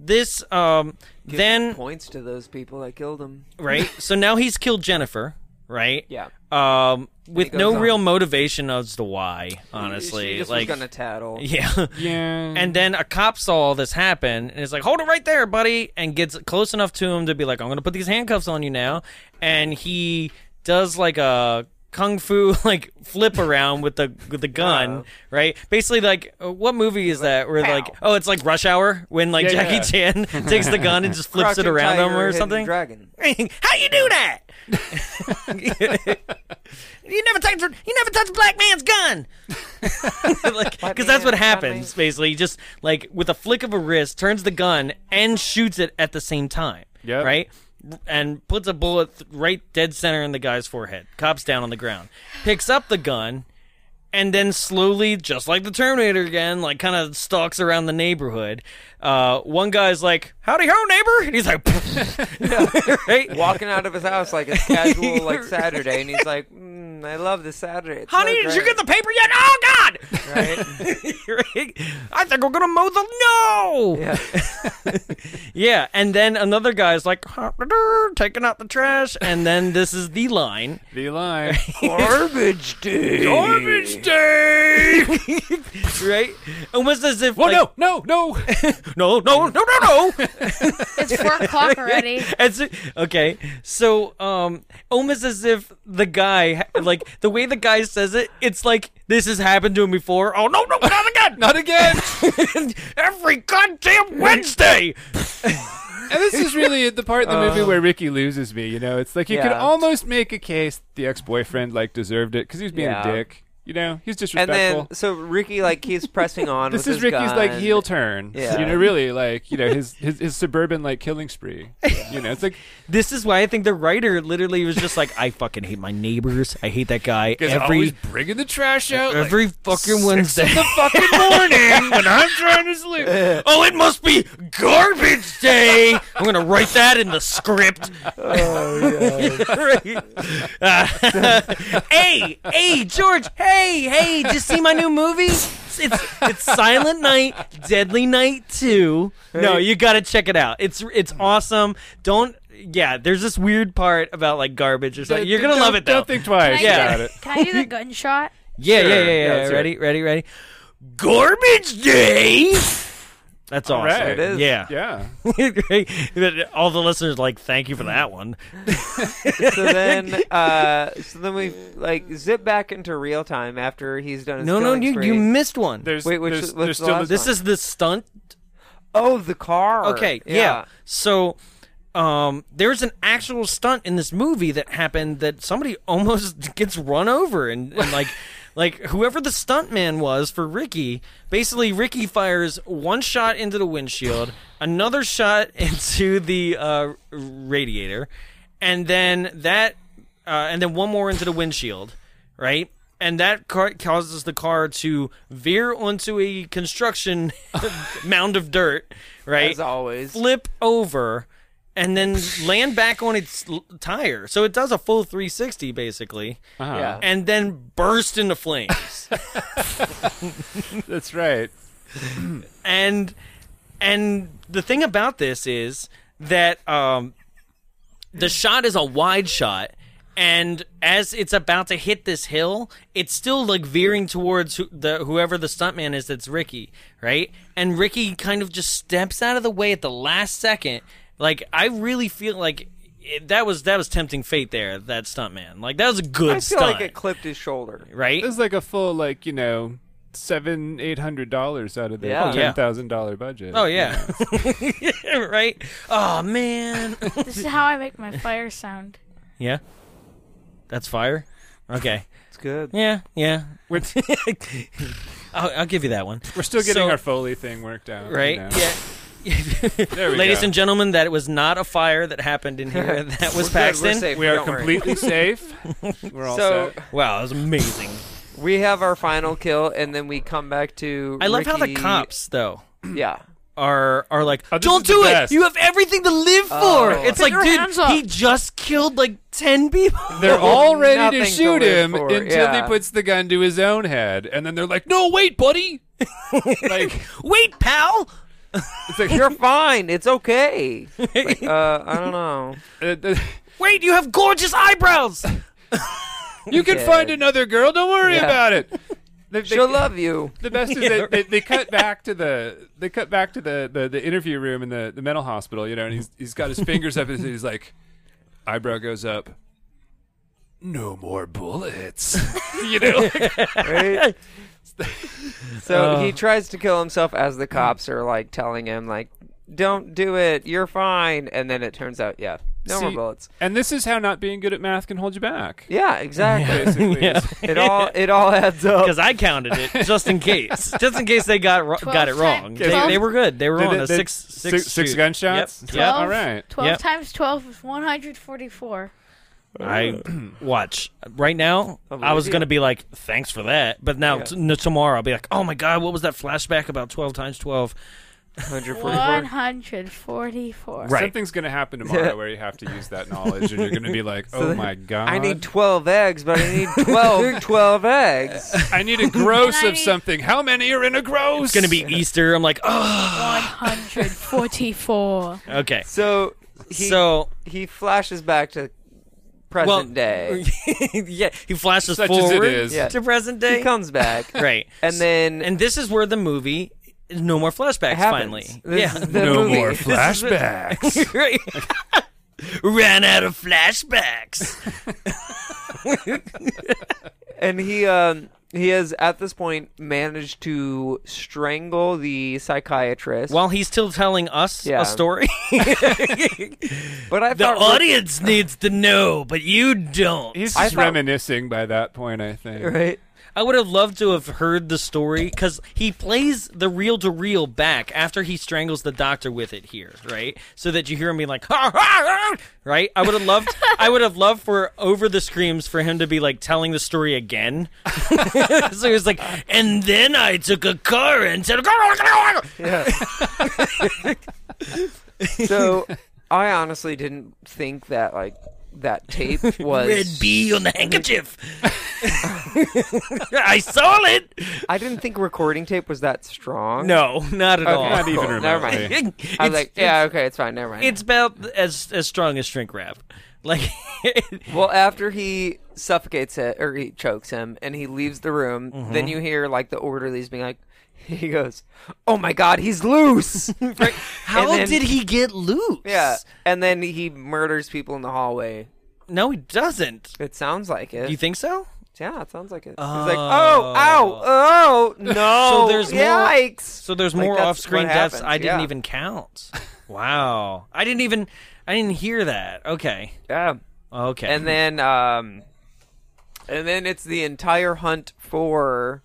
this um then
points to those people that killed him.
right so now he's killed jennifer right
Yeah,
um with
goes
no
on.
real motivation as to why
She
honestly
just
like
was gonna tattle.
yeah
Mm-hmm.
yeah.
and then a cop saw all this happen and is like hold it right there buddy and gets close enough to him to be like i'm gonna put these handcuffs on you now and he does like a kung fu like flip around with the with the gun, right? Basically, like uh, what movie is that? Where like oh, it's like Rush Hour when like
Yeah,
Jackie
yeah.
Chan takes the gun and just flips
Crouching
it around him
Tiger,
or
Hidden
something.
Dragon.
How you do that? you never touch you never touch a black man's gun. Because that's what happens, basically. He just like with a flick of a wrist, turns the gun and shoots it at the same time.
Yep.
Right? And puts a bullet th- right dead center in the guy's forehead. Cops down on the ground. Picks up the gun and then slowly, just like the Terminator again, like kind of stalks around the neighborhood. Uh, one guy's like, Howdy ho, neighbor! And he's like, right?
Walking out of his house like it's casual, like Saturday, and he's like, mm, "I love this Saturday." It's so
Honey, did you
great."
get the paper yet? Oh God! Right? I think we're gonna mow the no. Yeah. and then another guy's like taking out the trash, and then this is the line.
The line.
Garbage day.
Garbage day.
right? Almost as if
Whoa,
like,
no, no,
no,
no.
no, no, no, no.
It's four o'clock already.
It's, okay, so um, almost as if the guy, like the way the guy says it, it's like this has happened to him before. Oh no, no, not again!
Not again.
Every goddamn Wednesday.
And this is really the part in the movie where Ricky loses me. You know, it's like you could
Uh. Yeah.
almost make a case the ex-boyfriend like deserved it because he was being
Yeah.
a dick. You know, he's
And
disrespectful.
then, so Ricky like keeps pressing on. with
this
his
is Ricky's like
gun.
heel turn.
Yeah.
You know, really like you know his his, his suburban like killing spree. You know, it's like
This is why I think the writer literally was just like, I fucking hate my neighbors. I hate that guy.
He's
Every
always bringing the trash out. like,
every fucking Wednesday.
in the fucking morning when I'm trying to sleep.
oh, it must be garbage day. I'm gonna write that in the script. Oh yeah. hey, hey, George. Hey, hey. Did you see my new movie? It's it's Silent Night, Deadly Night Two. No, you gotta check it out. It's it's awesome. Don't. Yeah, there's this weird part about like garbage or something. You're gonna
don't-
love it though.
Don't think twice
Can I
Yeah.
about
do-
it.
Can I do the gunshot?
Yeah, yeah,
Sure.
yeah,
Yeah,
yeah.
let's hear
ready, ready, ready. Garbage day. That's awesome.
right. It
is.
Yeah.
Yeah.
But All the listeners are like, thank you for that one.
so then, uh, so then we like zip back into real time after he's done. His
No, no,
killing
you,
spree.
you missed one.
There's
Wait, which-
there's,
what's
there's
the
still
last
this is the stunt.
Oh, the car.
Okay, yeah. So um, there's an actual stunt in this movie that happened that somebody almost gets run over and, and like. Like whoever the stuntman was for Ricky, basically Ricky fires one shot into the windshield, another shot into the uh, radiator, and then that, uh, and then one more into the windshield, right? And that car causes the car to veer onto a construction mound of dirt, right?
As always.
flip over and then land back on its l- tire. So it does a full 360 basically.
Yeah.
And then burst into flames.
That's right.
and and the thing about this is that um the shot is a wide shot and as it's about to hit this hill it's still like veering towards who, the whoever the stuntman is that's ricky right and ricky kind of just steps out of the way at the last second like i really feel like it, that was that was tempting fate there that stuntman like that was a good
I feel
stunt
like it clipped his shoulder.
right
It was like a full like you know seven eight hundred dollars out of their
Yeah.
ten thousand dollar budget.
oh yeah right oh man
This is how I make my fire sound.
Yeah. That's fire? Okay.
It's good.
Yeah, yeah. We're I'll, I'll give you that one.
We're still getting
So-
our Foley thing worked out. you
Right?
know.
Yeah.
There we
Ladies
go.
and gentlemen, that was not a fire that happened in here. That was
We're good, we're
Paxton.
safe,
We are
don't worry.
completely safe. We're all
So
set.
Wow, that was amazing.
we have our final kill, and then we come back to.
I love how the
Ricky-
cops though
Yeah.
are are like,
Oh, this
don't
is the
do it.
best."
You have everything to live for.
Oh.
It's like,
your
dude,
hands up.
he just killed like ten people.
They're all ready to
Nothing to
shoot
live
him
for,
until
yeah.
he puts the gun to his own head, and then they're like, "No, wait, buddy." like
Wait, pal.
it's like
You're fine. It's okay. Like, uh, I don't know.
Uh, th-
Wait, you have gorgeous eyebrows.
you can
Yeah.
find another girl. Don't worry
Yeah.
about it. They- they-
She'll love you.
the best is that they, they cut back to the they cut back to the, the, the interview room in the, the mental hospital, you know, and he's he's got his fingers up and he's like, eyebrow goes up,
no more bullets. you know?
Right? So
Uh.
he tries to kill himself as the cops are like telling him like, "Don't do it. You're fine." And then it turns out, yeah, no more
See,
bullets.
And this is how not being good at math can hold you back.
Yeah, exactly.
Basically,
Yeah.
it all it all adds up.
Because Oh. I counted it just in case, just in case they got ro- got it wrong. They,
Twelve.
they were good. They were
Did
on
it-
a
did-
six six
six- six
shoot.
gunshots?
Yep.
Yeah,
yep.
12,
all right.
12
Yep.
times 12 is 144.
I watch right now.
believe
I was
you.
gonna be like, "Thanks for that," but now
Yeah.
t- no, tomorrow I'll be like, "Oh my god, what was that flashback about twelve times 12?
144.
144.
Right.
Something's going to happen tomorrow where you have to use that knowledge, and you're going to be like, "Oh my god,
I need 12 eggs, but I need 12 12 eggs.
I need a gross
And I
of
need-
something. How many are in a gross?
It's gonna be Easter." I'm like, "Oh,
144.
okay."
So he
so
he flashes back to present
well,
day.
yeah, he flashes
Such as it
forward
is.
Yeah.
to present day.
He comes back.
right,
And then
and this is where the movie is no more flashbacks.
happens.
Finally,
This
yeah,
is the
no
movie.
more
This is
flashbacks.
Right. Ran out of flashbacks.
and he um he has at this point managed to strangle the psychiatrist.
While he's still telling us
Yeah.
a story,
but I
the
thought
audience needs to know, but you don't.
He's
I
just
thought-
reminiscing by that point, I think.
right.
I would have loved to have heard the story because he plays the reel to reel back after he strangles the doctor with it here, right? So that you hear him be like, "Ha, ha, ha," right? I would have loved, I would have loved for over the screams for him to be like telling the story again. so he was like, and then I took a car and said,
So I honestly didn't think that like that tape was
red bee on the handkerchief. I saw it.
I didn't think recording tape was that strong.
No, not at
Okay,
all.
Uh, Not even
Oh, cool. Never
remotely.
mind. I was like, yeah, okay, it's fine. Never mind.
it's about as as strong as shrink wrap. Like,
Well, after he suffocates it or he chokes him and he leaves the room,
Mm-hmm.
then you hear like the orderlies being like, he goes, "Oh my God, he's loose!"
how
And then-
did he get loose?
yeah, and then he murders people in the hallway.
No, he doesn't.
It sounds like it.
You think so?
yeah, it sounds like it. He's like, "Oh, ow, oh, no!"
So there's more-
yikes.
So there's
Like,
more
that's
off-screen
what
deaths
happens,
I didn't
yeah.
even count. Wow, I didn't even I didn't hear that. Okay,
Yeah,
okay.
and then um, and then it's the entire hunt for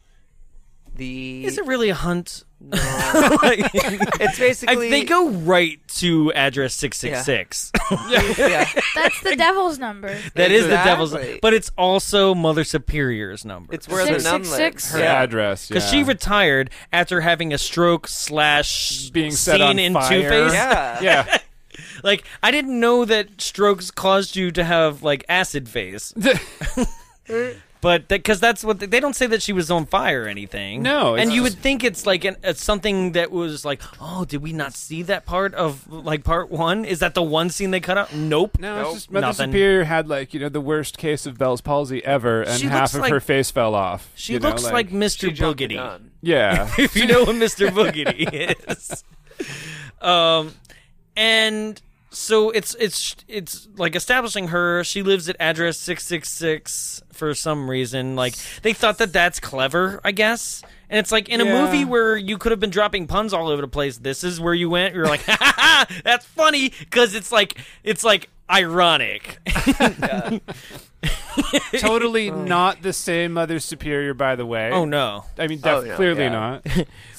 the.
is it really a hunt?
it's basically
they go right to address six six six.
Yeah.
That's the devil's number.
That is the devil's,
Exactly.
but it's also Mother Superior's number.
It's where
Six,
the nun
six,
lives.
six.
Her
Yeah.
address,
because
yeah.
she retired after having a stroke slash
Being
seen
set on
in
fire.
Two Face.
Yeah.
yeah,
Like I didn't know that strokes caused you to have like acid phase. But because that's what they, they don't say that she was on fire or anything.
No,
and
it's
you would
just-
think it's like an, it's something that was like, oh, did we not see that part of like part one? Is that the one scene they cut out? Nope.
no,
Nope.
it's just Mother
Nothing.
Superior had like you know the worst case of Bell's palsy ever, and
She
half
looks
of
like-
her face fell off.
She
you know,
looks like, Mr.
jumped the
Boogity.
gun.
yeah,
if you know what Mr. Boogity is. Um, and so it's it's it's like establishing her. She lives at address six six six for some reason. Like they thought that that's clever, I guess. And it's like in a
Yeah.
movie where you could have been dropping puns all over the place. This is where you went. You're like, ha ha, ha, that's funny because it's like it's like ironic.
totally
Oh.
not the same Mother Superior, by the way.
oh no.
I mean, def-
Oh, no,
clearly
yeah.
not.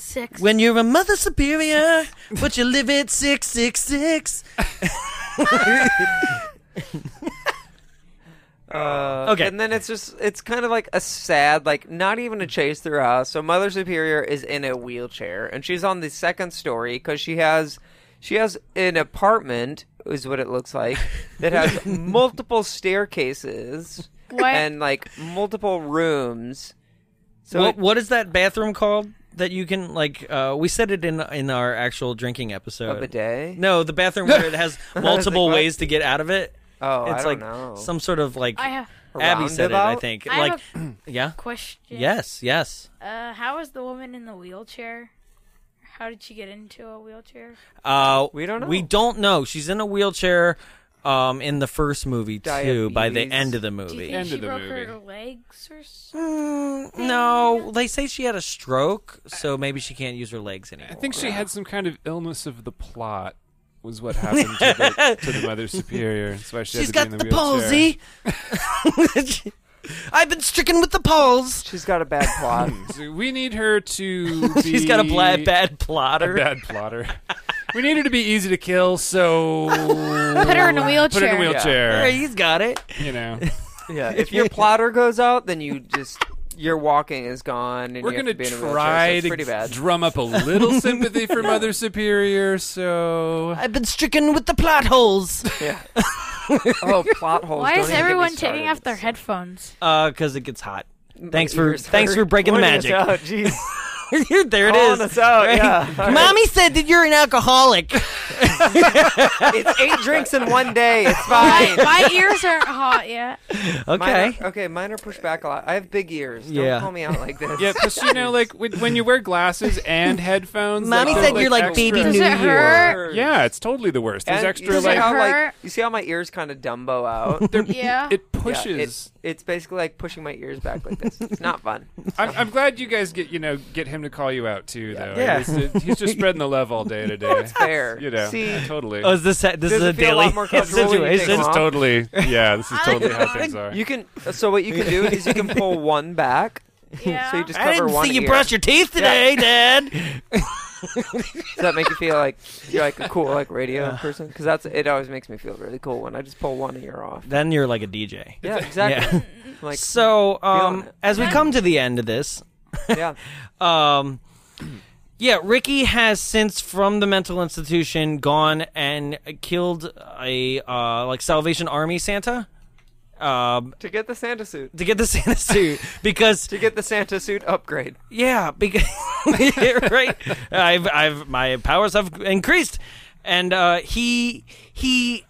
Six.
When you're a mother superior, but you live at six six six.
Uh,
Okay.
And then it's just it's kind of like a sad, like not even a chase through a house. So Mother Superior is in a wheelchair and she's on the second story because she has she has an apartment is what it looks like that has multiple staircases
What?
and like multiple rooms. So
what
it-
what is that bathroom called that you can like? Uh, we said it in in our actual drinking episode.
A bidet?
No, the bathroom where it has multiple
like, what?
ways to get out of it.
oh,
it's
I don't
like
know.
some sort of like
I have
Abby said it. I
Roundabout?
think
I
like
have
yeah.
a question.
Yes, yes.
Uh, how is the woman in the wheelchair? How did she get into a wheelchair?
Uh,
We don't know.
We don't know. She's in a wheelchair. um, in the first movie too. By the end of the
Do you
movie,
think she broke her legs or something?
Mm, no, they say she had a stroke, so maybe she can't use her legs anymore.
I think she had some kind of illness of the plot. Was what happened to the, to the mother superior. That's why she
She's
had
got
to
the,
be in the wheelchair.
palsy. I've been stricken with the palsy.
She's got a bad plot.
So we need her to. Be
She's got a bla- bad plotter.
A bad plotter. we need her to be easy to kill, so put
her in a
Put her
wheelchair.
in a wheelchair.
Hey, he's got it.
You know,
yeah. If your plotter goes out, then you just your walking is gone. And
we're
you have
gonna
to be in a wheelchair, so
try
it's
to
pretty bad.
drum up a little sympathy for Mother Superior. So
I've been stricken with the plot holes.
Yeah. oh, plot holes.
Why
Don't
is
even get me
everyone
started.
taking off their headphones?
Uh, because it gets hot. Thanks for
Ears
thanks
hurt.
for breaking the
Pointing us
magic.
out, Oh, Jeez.
there it
Calling
is.
us out, yeah. All right.
Mommy said that you're an alcoholic.
it's eight drinks in one day. It's
my,
fine.
my ears aren't hot yet.
okay.
Mine are, okay, mine are pushed back a lot. I have big ears. Don't
Yeah.
call me out like this.
yeah, plus you know, like when when you wear glasses and headphones,
Mommy
like,
said
they're,
you're like
extra-
baby
Does
New
it hurt?
Yeah, it's totally the worst. There's
And
extra
you see
like
how, like
hurt.
you see how my ears kind of Dumbo out.
they're-
Yeah.
it
Yeah,
pushes.
it- it's basically like pushing my ears back like this. It's not fun.
I'm, I'm glad you guys get you know get him to call you out too though.
Yeah.
He's, he's just spreading the love all day today.
Fair.
You know,
See,
totally.
Oh, is this this
Does
is
it
a
feel a lot
daily
more comfortable when you take
situation?
them off?
totally. Yeah, this is totally how things are.
you can. So what you can do is you can pull one back.
Yeah.
So you just cover
I didn't
one
see you
ear.
brush your teeth today, Dad.
Does that make you feel like you're like a cool like radio person? Because that's it. Always makes me feel really cool when I just pull one ear off.
then you're like a DJ.
Yeah, exactly. I'm Like
So,
Feeling
um,
it.
as we come to the end of this,
yeah,
um, yeah, Ricky has since from the mental institution gone and killed a uh, like Salvation Army Santa um,
to get the Santa suit.
to get the Santa suit because
To get the Santa suit upgrade.
Yeah, because right, I've I've my powers have increased, and uh, he he,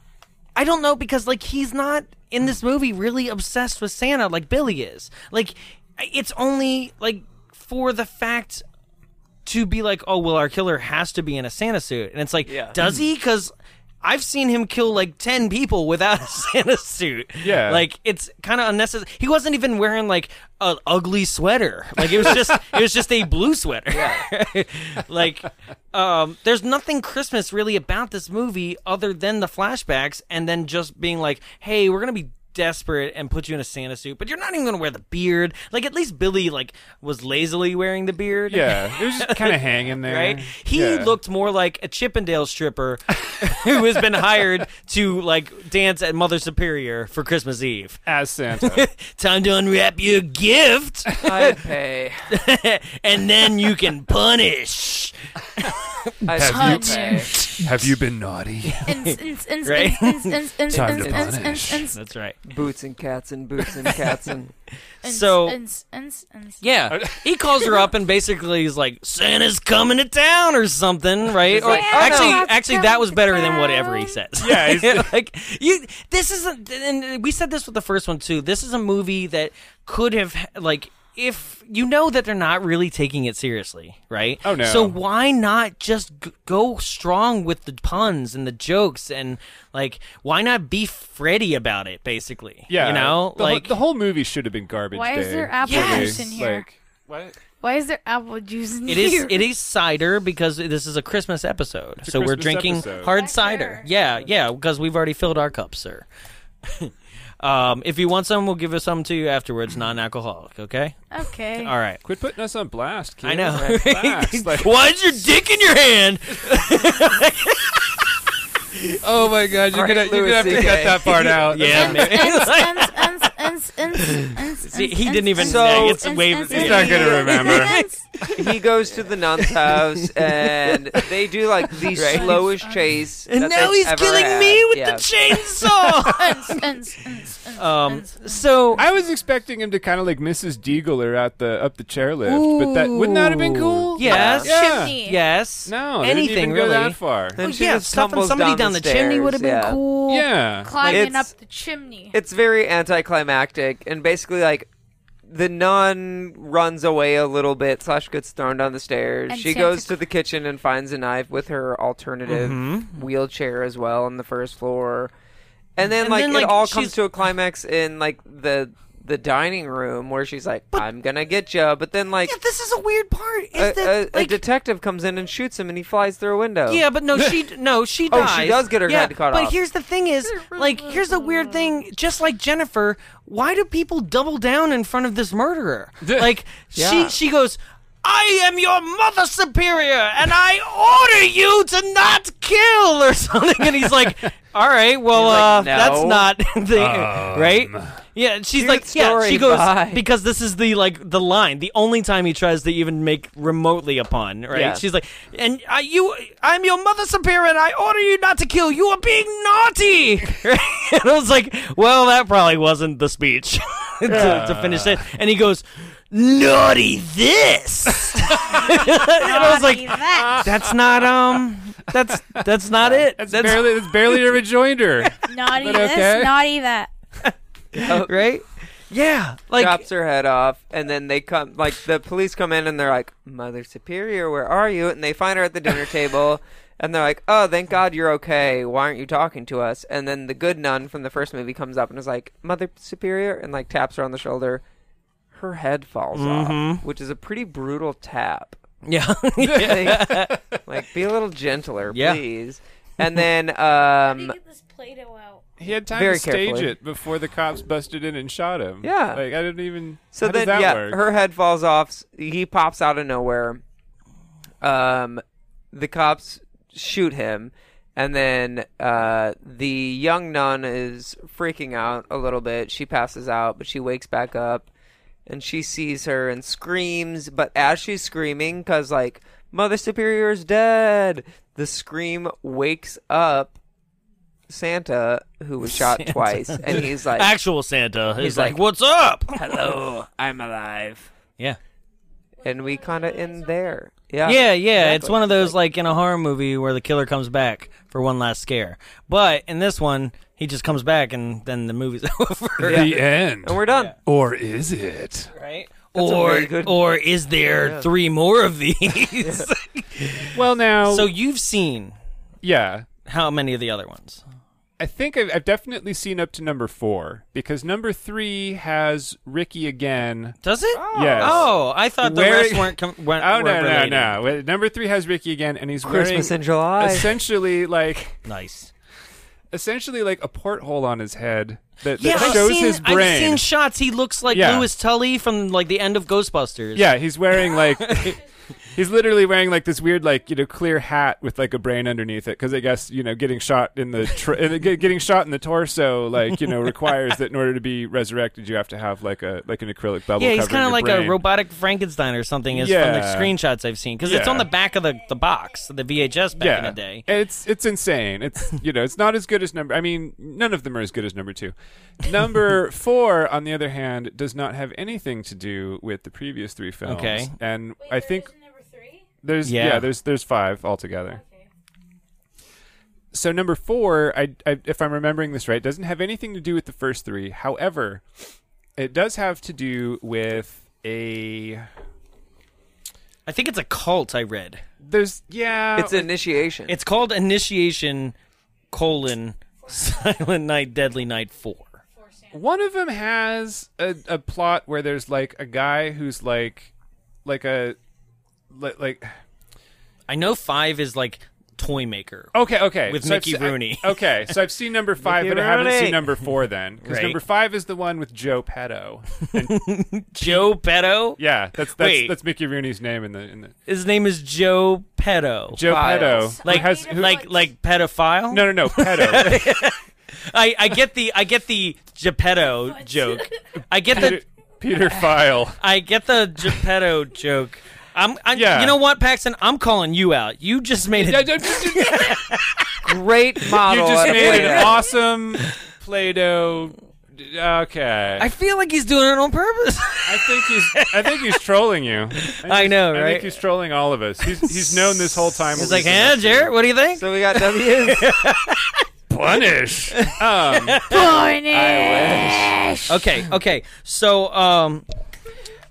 I don't know because like he's not in this movie really obsessed with Santa like Billy is. Like it's only like for the fact to be like, oh well, our killer has to be in a Santa suit, and it's like,
Yeah.
does he? Because I've seen him kill like ten people without a Santa suit.
Yeah.
like it's kind of unnecessary. He wasn't even wearing like an ugly sweater. Like it was just it was just a blue sweater. like um, there's nothing Christmas really about this movie other than the flashbacks and then just being like, hey, we're gonna be desperate and put you in a Santa suit, but you're not even gonna wear the beard. Like at least Billy like was lazily wearing the beard.
yeah, it was just kind of hanging there.
Right? He
Yeah.
looked more like a Chippendale stripper who has been hired to like dance at Mother Superior for Christmas Eve.
as Santa.
Time to unwrap your gift,
I pay.
and then you can punish.
I
Have
still
you-
pay.
Have you been naughty?
Right?
Time to punish.
Right?
That's right.
Boots and cats and boots and cats and
So- Yeah, he calls her up and basically he's like, "Santa's coming to town" or something, right? Or
like, "Oh,
actually,
no."
actually, that was better than whatever he says.
Yeah, he's-
like you. This isn't, and we said this with the first one too. This is a movie that could have like. If you know that they're not really taking it seriously, right?
Oh, no.
So why not just g- go strong with the puns and the jokes and like why not be Freddy about it? Basically,
Yeah,
you know,
the, whole-
like
the whole movie should have been garbage.
Why is
day,
there apple
really.
juice in here?
Like, what?
Why is there apple juice in
It
here?
is it is cider because this is a Christmas episode. so we're
Christmas
drinking
episode.
hard
Back
cider.
there.
Yeah, yeah, because we've already filled our cups, sir. um, if you want some, we'll give us some to you afterwards, non-alcoholic. Okay.
Okay.
All right.
Quit putting us on blast. Kid.
I know.
Like, blast. Like,
Why is your dick in your hand?
oh my God, you're
Alright,
gonna you're gonna have
Louis
to
CK.
cut that part out.
Yeah,
Ins-
maybe.
ins-
Like,
ins- ins- ins- ins- ins-
See, he
ins-
didn't even
ins-
know.
ins-
It's
ins-
wave-
ins-
He's
ins-
not gonna
ins-
remember.
ins-
he goes to the nun's house and they do like the slowest chase.
and
that
now
they've
he's
ever
killing
had.
me with
Yeah.
the chainsaw.
ins- ins- ins- ins-
um.
ins-
So
I was expecting him to kind of like Mrs. Deagler out the up the chairlift, but that wouldn't that have been cool?
Yes.
Yeah.
Chimney.
Yes.
No, they didn't
Anything
even
really?
go that far.
And she
Oh, yeah,
just
stuffing
tumbles
somebody down, the, chimney
stairs,
would have been
yeah.
cool.
Yeah.
Climbing up
it's-
the chimney.
It's very anticlimactic and basically like the nun runs away a little bit slash gets thrown down the stairs.
And
she
Santa-
goes to the kitchen and finds a knife with her alternative wheelchair as well on the first floor. And then
And
like
then,
it
like,
all
she's-
comes to a climax in like the the dining room where she's like, "I'm gonna get you," but then like
this is a weird part. Is
a,
that,
a- a
like-
detective comes in and shoots him, and he flies through a window.
Yeah, but no, she no, she
Oh,
dies.
she does get her
yeah,
head cut
but
off.
here's the thing: is like here's the weird thing. Just like Jennifer, why do people double down in front of this murderer? Like
Yeah.
she she goes. I am your mother superior, and I order you to not kill or something. And he's like, "All right, well, uh,
He's like,
that's
"No."
not the right." Yeah, she's
Cute
like, yeah.
story,
She goes
bye.
because this is the like the line, the only time he tries to even make remotely a pun, right?
Yeah.
She's like, and I, you, I'm your mother superior, and I order you not to kill. You are being naughty. Right? and I was like, well, that probably wasn't the speech to, to finish it. And he goes, naughty this. and I was like,
that.
that's not um, that's that's not it.
That's, barely that's barely a rejoinder.
Naughty
But okay.
this, naughty that.
right. Yeah, like
chops her head off, and then they come like the police come in and they're like, "Mother Superior, where are you?" And they find her at the dinner table. And they're like, "Oh, thank God you're okay. Why aren't you talking to us?" And then the good nun from the first movie comes up and is like, "Mother Superior," and like taps her on the shoulder. Her head falls
Mm-hmm.
off, which is a pretty brutal tap.
yeah,
Like, like, be a little gentler,
Yeah.
please. And then,
How
um,
do you get this Play-Doh out?
He had time
Very
to stage
carefully.
it before the cops busted in and shot him.
Yeah.
like I didn't even.
So
how does
then,
that
yeah,
work?
her head falls off. s- He pops out of nowhere. Um, the cops shoot him, and then uh, the young nun is freaking out a little bit. She passes out, but she wakes back up, and she sees her and screams. But as she's screaming, because like Mother Superior is dead, the scream wakes up Santa, who was shot twice, and he's like, "Oh."
actual Santa. He's like,
like,
"What's up?"
"Hello, I'm alive."
Yeah.
and we kind of end there. Yeah.
Yeah, yeah. It's one of those like in a horror movie where the killer comes back for one last scare. But in this one, he just comes back and then the movie's over.
The end.
And we're done.
Or is it?
Right?
a
or
really good-
or is there
Yeah.
three more of these?
well, now,
so you've seen
yeah,
how many of the other ones?
I think I've, I've definitely seen up to number four because number three has Ricky again.
Does it?
Yes.
Oh, I thought the
Where-
rest weren't. Com- weren't
Oh no
weren't
no
related.
no! Wait, Number three has Ricky again, and he's
Christmas
wearing
in July.
essentially like
Nice.
essentially like a porthole on his head that, that
Yeah, I've
shows
seen,
his brain.
I've seen shots. He looks like
Yeah.
Louis Tully from like the end of Ghostbusters.
Yeah, he's wearing like he's literally wearing like this weird like you know clear hat with like a brain underneath it because I guess you know getting shot in the tr- in the- get- getting shot in the torso like you know requires that in order to be resurrected you have to have like a like an acrylic bubble.
Yeah, he's
kind of
like
brain.
a robotic Frankenstein or something. Is from the
Yeah.
screenshots I've seen because it's
Yeah.
on the back of the, the box, the VHS back
Yeah,
in the day.
it's it's insane. It's you know it's not as good as number. I mean, none of them are as good as number two. Number four, on the other hand, does not have anything to do with the previous three films.
Okay.
and I think
number three.
There's
Yeah.
yeah. there's there's five altogether. So number four, I, I if I'm remembering this right, doesn't have anything to do with the first three. However, it does have to do with a
I think it's a cult. I read.
there's yeah
It's initiation.
It's called Initiation: colon Silent Night, Deadly Night Four.
one of them has a, a plot where there's like a guy who's like like a like, like
I know five is like toy maker.
Okay, okay.
With
I've
Mickey
se- I-
Rooney.
okay, so I've seen number five,
Mickey
but I haven't
Rooney.
seen number four then. Because
Right.
number five is the one with Joe Petto.
Joe Petto.
Yeah, that's that's,
Wait.
that's Mickey Rooney's name in the in the
His name is Joe Petto.
Joe Pedo.
Files.
like
has who,
like like pedophile.
no no no Pedo.
I, I get the I get the Geppetto joke. I get the
Peter, Peter File.
I get the Geppetto joke. I'm, I'm
Yeah.
you know what, Paxton? I'm calling you out. You just made
you
it.
just
great model. at a
made an
Play-Doh.
awesome Play-Doh. Okay,
I feel like he's doing it on purpose.
I think he's I think he's trolling you. I, think
I know,
he's- I
right?
think he's trolling all of us. He's he's known this whole time.
He's
what
like,
we've
"Huh,
been
Jarrett? What do you think?"
So we got W's.
Punish. Um,
Punish.
Okay, okay. So, um,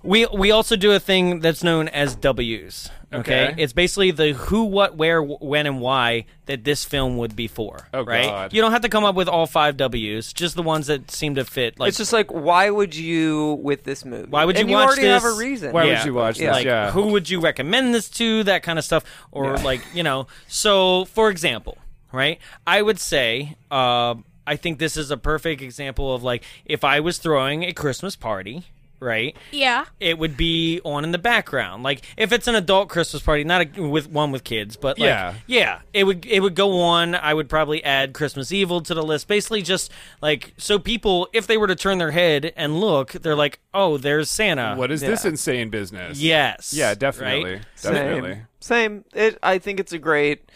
We we also do a thing that's known as W's. Okay,
Okay.
it's basically the who, what, where, wh- when, and why that this film would be for.
Oh,
right?
God.
You don't have to come up with all five W's, just the ones that seem to fit. Like
it's just like, why would you with this movie?
why would
and
you, watch
already
this?
have a reason.
Like, who would you recommend this to? That kind of stuff, or
Yeah.
like you know. So, for example, right? I would say, uh, I think this is a perfect example of like if I was throwing a Christmas party, right?
Yeah.
It would be on in the background, like if it's an adult Christmas party, not a, with one with kids, but like,
Yeah.
yeah, it would it would go on. I would probably add Christmas Evil to the list, basically just like so people, if they were to turn their head and look, they're like, oh, there's Santa.
What is this insane business?
Yes.
Yeah, definitely.
Right?
Definitely.
Same. It. I think it's a great.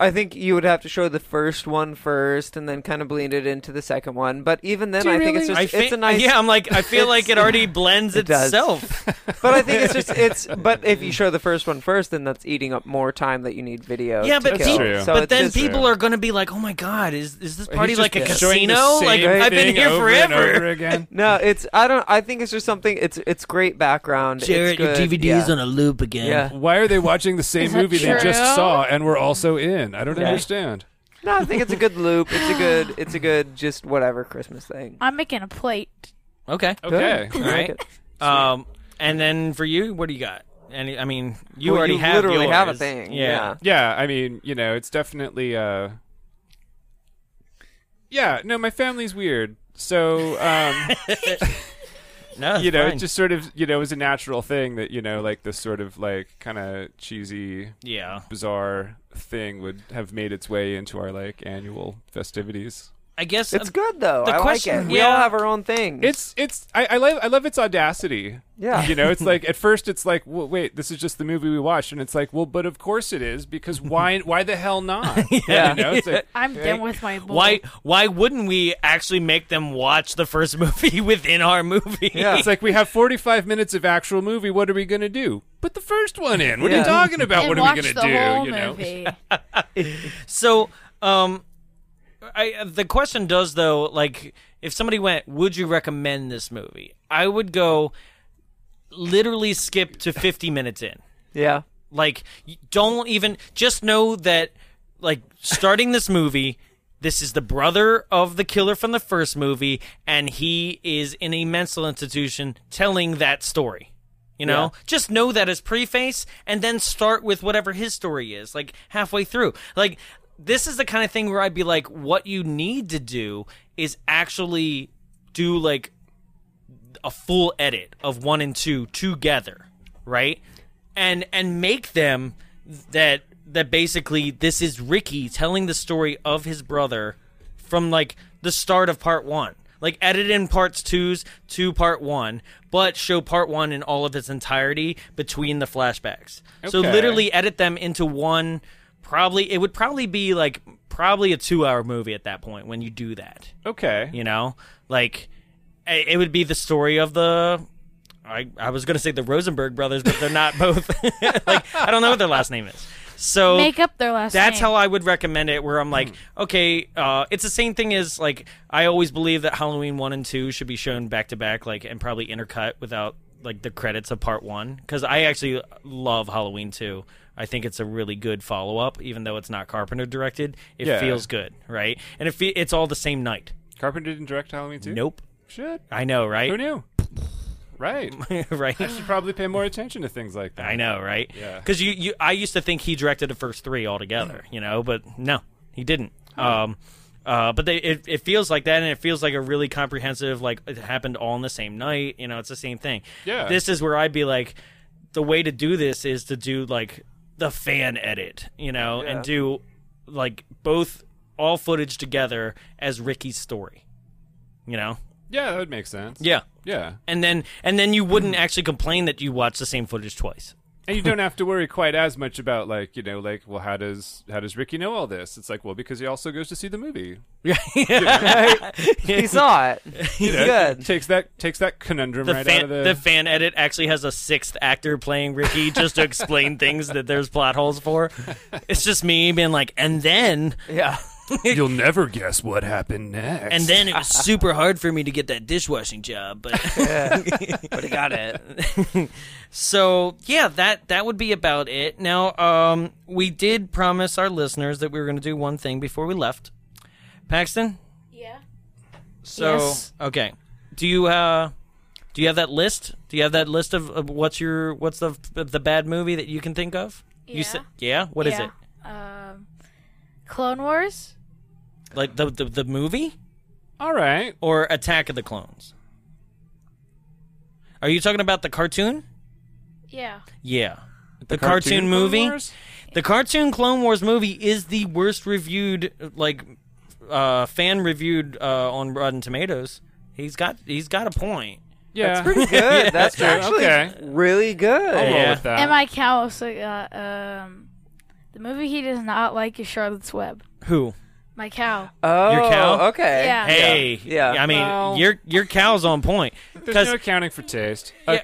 I think you would have to show the first one first, and then kind of bleed it into the second one. But even then,
Do you
I think it's just
really? I
it's a
think-
nice.
yeah, I'm like, I feel like it
it's-
already blends
it does.
itself.
but I think it's just it's. But if you show the first one first, then that's eating up more time that you need video.
Yeah,
to
but
kill.
peop-
So
but
it's
then
just-
people are going to be like, "Oh my god, is is this party
He's
like a
just showing the
casino? Like
same
I've been
thing
here
over and
forever."
over no, it's I don't. I think it's just something. It's it's great background. it's
Jarrett, your
good.
DVD's
yeah.
on a loop again.
Yeah.
Why are they watching the same
Is that
movie they
true?
just saw and were also in? I don't
Yeah.
understand.
No, I think it's a good loop. It's a good. It's a good just whatever Christmas thing.
I'm making a plate.
Okay.
Okay.
All
I like
right. Um, and then for you, what do you got? Any, I mean, you
Well,
already
you
have
literally
yours.
have a
thing,
Yeah.
Yeah, I mean, you know, it's definitely uh Yeah, no, my family's weird. So um
No, it's
you know,
fine.
it just sort of you know, it was a natural thing that, you know, like this sort of like kinda cheesy
Yeah.
bizarre thing would have made its way into our like annual festivities.
I guess
it's good though.
the
I
question-
like it. We
yeah.
all have our own thing.
It's it's I, I love I love its audacity.
Yeah.
you know, it's like at first it's like, well, wait, this is just the movie we watched, and it's like, well, but of course it is because why why the hell not?
Yeah.
you know, it's like,
I'm
okay.
done with my bowl.
Why? Why wouldn't we actually make them watch the first movie within our movie?
Yeah, it's like we have 45 minutes of actual movie. What are we going to do? Put the first one in. What are
Yeah.
you talking about?
And
what are
watch
we going to
the
do?
whole
you know?
movie. So, um, I the question does though, like, if somebody went, would you recommend this movie? I would go, literally skip to fifty minutes in.
yeah.
Like, y- don't even just know that, like, starting this movie. This is the brother of the killer from the first movie, and he is in a mental institution telling that story. You know,
Yeah.
just know that as preface and then start with whatever his story is like halfway through like this is the kind of thing where i'd be like what you need to do is actually do like a full edit of one and two together right and and make them that that basically this is ricky telling the story of his brother from like the start of part one like edit in parts twos to part one but show part one in all of its entirety between the flashbacks so
Okay.
literally edit them into one probably it would probably be like probably a two hour movie at that point when you do that
okay
you know like i- it would be the story of the I, I was gonna say the Rosenberg brothers, but they're not both. like I don't know what their last name is. So
Make up their last
That's
name.
how I would recommend it. Where I'm like, okay, uh, it's the same thing as like I always believe that Halloween one and two should be shown back to back, like and probably intercut without like the credits of part one. Because I actually love Halloween two. I think it's a really good follow up, even though it's not Carpenter directed. It
Yeah.
feels good, right? And it fe- it's all the same night.
Carpenter didn't direct Halloween 2?
Nope.
Shit.
I know, right?
Who knew? Right.
right.
I should probably pay more attention to things like that.
I know, right?
Yeah.
Because you, you, I used to think he directed the first three altogether, you know, but no, he didn't. Um, uh, but they, it, it feels like that, and it feels like a really comprehensive, like it happened all in the same night. You know, it's the same thing.
Yeah.
This is where I'd be like, the way to do this is to do like the fan edit, you know,
Yeah.
and do like both all footage together as Ricky's story, you know.
Yeah, that would make sense.
Yeah.
Yeah.
And then and then you wouldn't
Hmm.
actually complain that you watched the same footage twice.
And you don't have to worry quite as much about like, you know, like, well, how does how does Ricky know all this? It's like, well, because he also goes to see the movie.
Yeah.
He saw it.
You
He's
know,
good.
Takes that takes that conundrum
The,
right
fan,
out of the,
the... fan edit actually has a sixth actor playing Ricky just to explain things that there's plot holes for. It's just me being like, and then
Yeah.
You'll never guess what happened next.
And then it was super hard for me to get that dishwashing job, but
but I got it.
so yeah, that that would be about it. Now, um, we did promise our listeners that we were going to do one thing before we left. Paxton,
Yeah.
so
Yes.
okay, do you uh, do you have that list? Do you have that list of, of what's your what's the the bad movie that you can think of? You
Yeah.
said yeah. What is it?
Um, Clone Wars.
Like the, the the movie
All right.
or Attack of the Clones? Are you talking about the cartoon?
Yeah.
Yeah. The,
cartoon
cartoon,
Clone
movie.
Wars?
The cartoon Clone Wars movie is the worst reviewed like uh fan reviewed uh on Rotten Tomatoes. He's got he's got a point.
Yeah.
That's pretty good. That's actually
Okay.
really good.
I'll roll
Yeah.
with that.
and my cow also got um, the movie he does not like is Charlotte's Web.
Who?
My cow.
Uh,
Oh,
Your cow?
okay.
Yeah.
Hey.
Yeah. Yeah.
I mean,
Well-
your your cow's on point.
There's
'Cause-
no accounting for taste.
Yeah.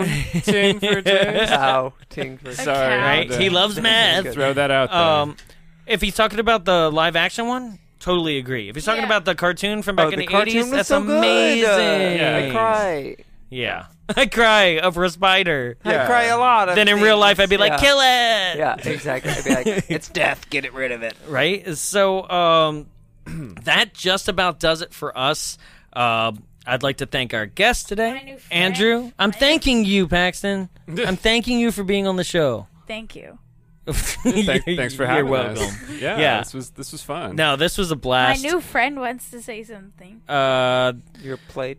Accounting for taste.
Cow. Ting for
Sorry.
right?
I'll, uh,
He loves math.
Throw that out there.
Um if he's talking about the live action one, totally agree. If he's talking
Yeah.
about the cartoon from back
Oh,
in
the
the,
cartoon
80s,
was
that's
so
amazing.
good.
Yeah.
I cry.
Yeah. I cry over a spider.
I cry a lot. of
Then in real life, I'd be
things.
like,
yeah.
kill it.
Yeah, exactly. I'd be like, it's death. Get it rid of it.
right? So um, that just about does it for us. Uh, I'd like to thank our guest
My
today,
new friend.
Andrew. I'm thanking you, Paxton. I'm thanking you for being on the show.
Thank you.
Thank- thanks for having
You're welcome.
us. Yeah,
Yeah.
This was this was fun.
No, this was a
My
blast.
new friend wants to say something.
uh,
Your plate.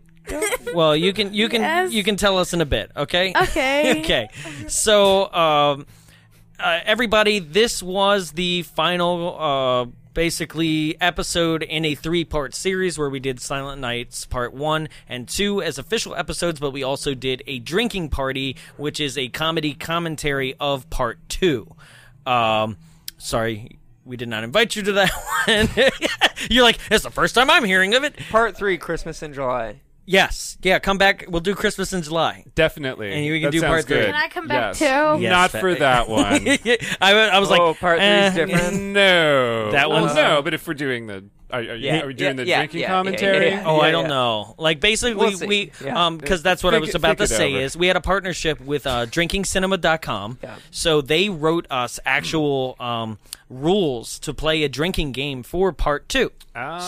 well, you can you can
Yes. Oh,
you can tell us in a bit, okay?
Okay.
okay. So, um, uh, everybody, this was the final, uh, basically, episode in a three part series where we did Silent Nights Part 1 and 2 as official episodes, but we also did a drinking party, which is a comedy commentary of Part 2. Um, sorry. We did not invite you to that one. You're like, it's the first time I'm hearing of it.
Part three, Christmas in July.
Yes. Yeah, come back. We'll do Christmas in July.
Definitely.
And we can
That
do
sounds
part three.
good.
Can I come back
yes.
too?
Yes,
Not
fa-
for that one.
I, wa- I was
oh,
like,
part three's
eh,
different.
No,
That
one.
one's-
no. But if we're doing the, are, are, you-
Yeah.
are we doing
Yeah,
the
yeah,
drinking
yeah, yeah,
commentary?
yeah, yeah.
Oh, I don't know. Like
We'll
basically
see.
we
Yeah.
um cuz that's what I
Think
was
it-
about to
think it
say
over.
is we had a partnership with uh drinkingcinema.com.
Yeah.
So they wrote us actual um rules to play a drinking game for part 2.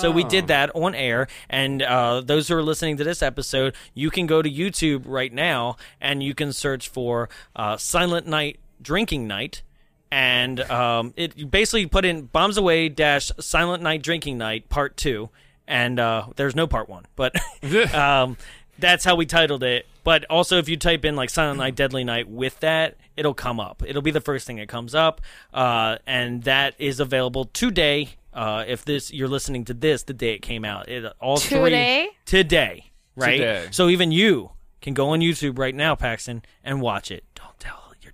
So we did that on air and uh those who are listening to this episode, you can go to YouTube right now and you can search for uh Silent Night Drinking Night and um, it you basically put in bombs away dash silent night drinking night part two and uh, there's no part one but
Oh.
um, that's how we titled it but also if you type in like silent night deadly night with that it'll come up it'll be the first thing that comes up uh, and that is available today uh, if this you're listening to this the day it came out it all
Today?
three today right
Today.
so even you can go on youtube right now paxton and watch it don't tell your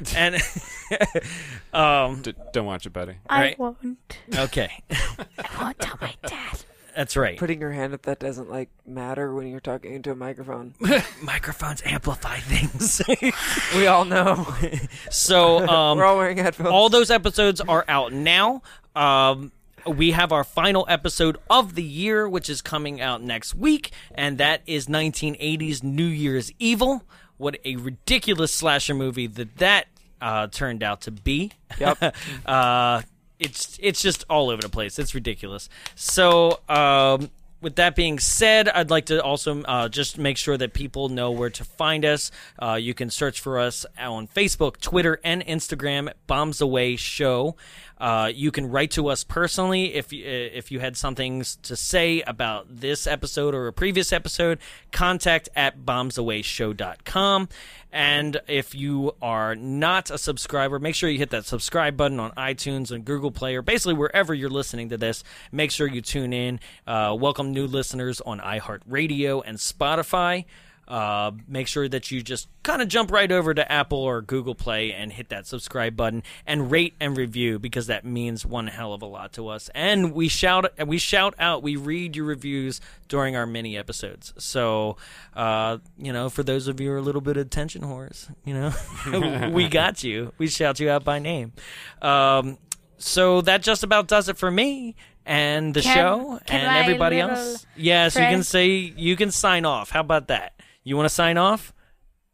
dad and
D- don't watch it, buddy.
I
Right.
won't.
Okay,
I won't tell my dad.
that's right.
Putting your hand up that doesn't like matter when you're talking into a microphone.
Microphones amplify things.
we all know.
so, um,
We're all wearing headphones.
all those episodes are out now. Um, we have our final episode of the year, which is coming out next week, and that is 1980s New Year's Evil. What a ridiculous slasher movie that that uh, turned out to be. Yep. uh, it's it's just all over the place. It's ridiculous. So. Um, with that being said, I'd like to also uh, just make sure that people know where to find us. Uh, you can search for us on Facebook, Twitter, and Instagram. Bombs Away Show. Uh, you can write to us personally if you, if you had something s- to say about this episode or a previous episode. Contact at bombsawayshow.com. And if you are not a subscriber, make sure you hit that subscribe button on iTunes and Google Play or basically wherever you're listening to this. Make sure you tune in. Uh, welcome new listeners on iHeartRadio and Spotify. Uh, make sure that you just kind of jump right over to Apple or Google Play and hit that subscribe button and rate and review because that means one hell of a lot to us. And we shout we shout out, we read your reviews during our mini episodes. So, uh, you know, for those of you who are a little bit attention whores, you know, we got you. We shout you out by name. Um, so that just about does it for me and the
Can-
show
can
and
my
everybody
little
else. Yes, you can
friend-
say you can sign off. How about that? You want to sign off?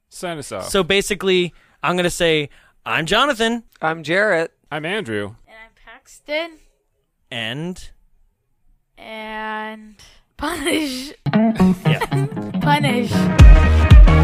Sign us off.
So basically, I'm gonna say I'm Jonathan.
I'm Jarrett.
I'm Andrew.
Paxton
And
and punish.
Yeah.
punish.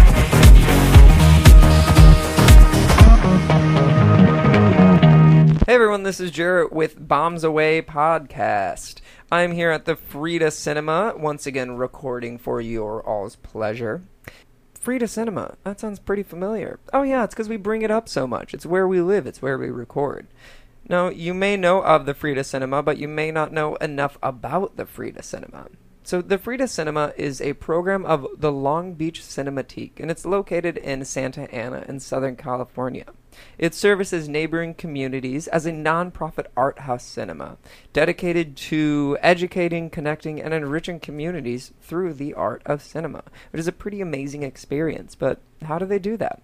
Hey everyone, this is Jarrett with Bombs Away Podcast. I'm here at the Frida Cinema, once again recording for your all's pleasure. Frida Cinema, that sounds pretty familiar. Oh yeah, it's because we bring it up so much. It's where we live, it's where we record. Now, you may know of the Frida Cinema, but you may not know enough about the Frida Cinema. So, the Frida Cinema is a program of the Long Beach Cinematique, and it's located in Santa Ana in Southern California. It services neighboring communities as a nonprofit art house cinema dedicated to educating, connecting, and enriching communities through the art of cinema, which is a pretty amazing experience. But how do they do that?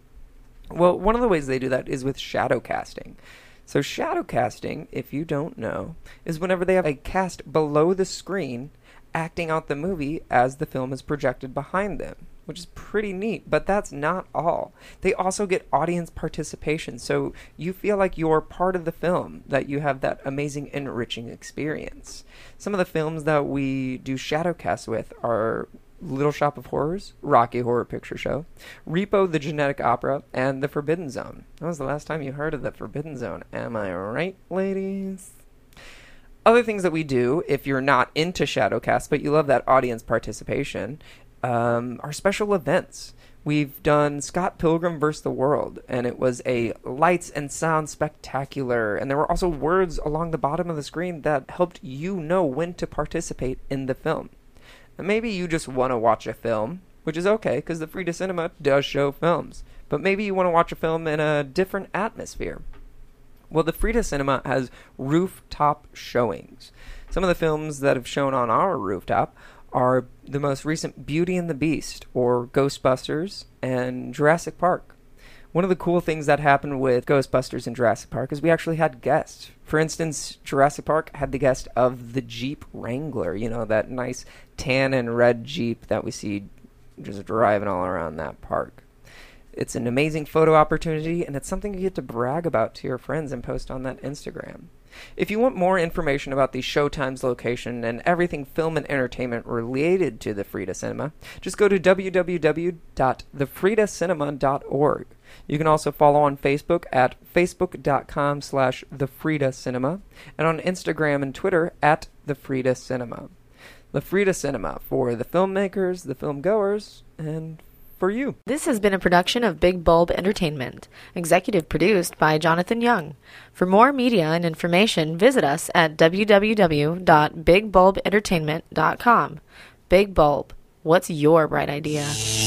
Well, one of the ways they do that is with shadow casting. So, shadow casting, if you don't know, is whenever they have a cast below the screen acting out the movie as the film is projected behind them, which is pretty neat, but that's not all. They also get audience participation, so you feel like you're part of the film, that you have that amazing, enriching experience. Some of the films that we do shadow cast with are Little Shop of Horrors, Rocky Horror Picture Show, Repo the Genetic Opera, and The Forbidden Zone. When was the last time you heard of The Forbidden Zone? Am I right, ladies? Other things that we do, if you're not into Shadowcast, but you love that audience participation, um, are special events. We've done Scott Pilgrim vs. the World, and it was a lights and sound spectacular. And there were also words along the bottom of the screen that helped you know when to participate in the film. And maybe you just want to watch a film, which is okay because the Frida Cinema does show films. But maybe you want to watch a film in a different atmosphere. Well, the Frida Cinema has rooftop showings. Some of the films that have shown on our rooftop are the most recent Beauty and the Beast, or Ghostbusters, and Jurassic Park. One of the cool things that happened with Ghostbusters and Jurassic Park is we actually had guests. For instance, Jurassic Park had the guest of the Jeep Wrangler, you know, that nice tan and red Jeep that we see just driving all around that park. It's an amazing photo opportunity, and it's something you get to brag about to your friends and post on that Instagram. If you want more information about the showtimes, location, and everything film and entertainment related to the Frida Cinema, just go to www.thefridacinema.org. You can also follow on Facebook at facebook.com slash the Frida Cinema, and on Instagram and Twitter at the Frida Cinema. The Frida Cinema for the filmmakers, the filmgoers, and for you.
This has been a production of Big Bulb Entertainment, executive produced by Jonathan Young. For more media and information, visit us at www.bigbulbentertainment.com. Big Bulb, what's your bright idea?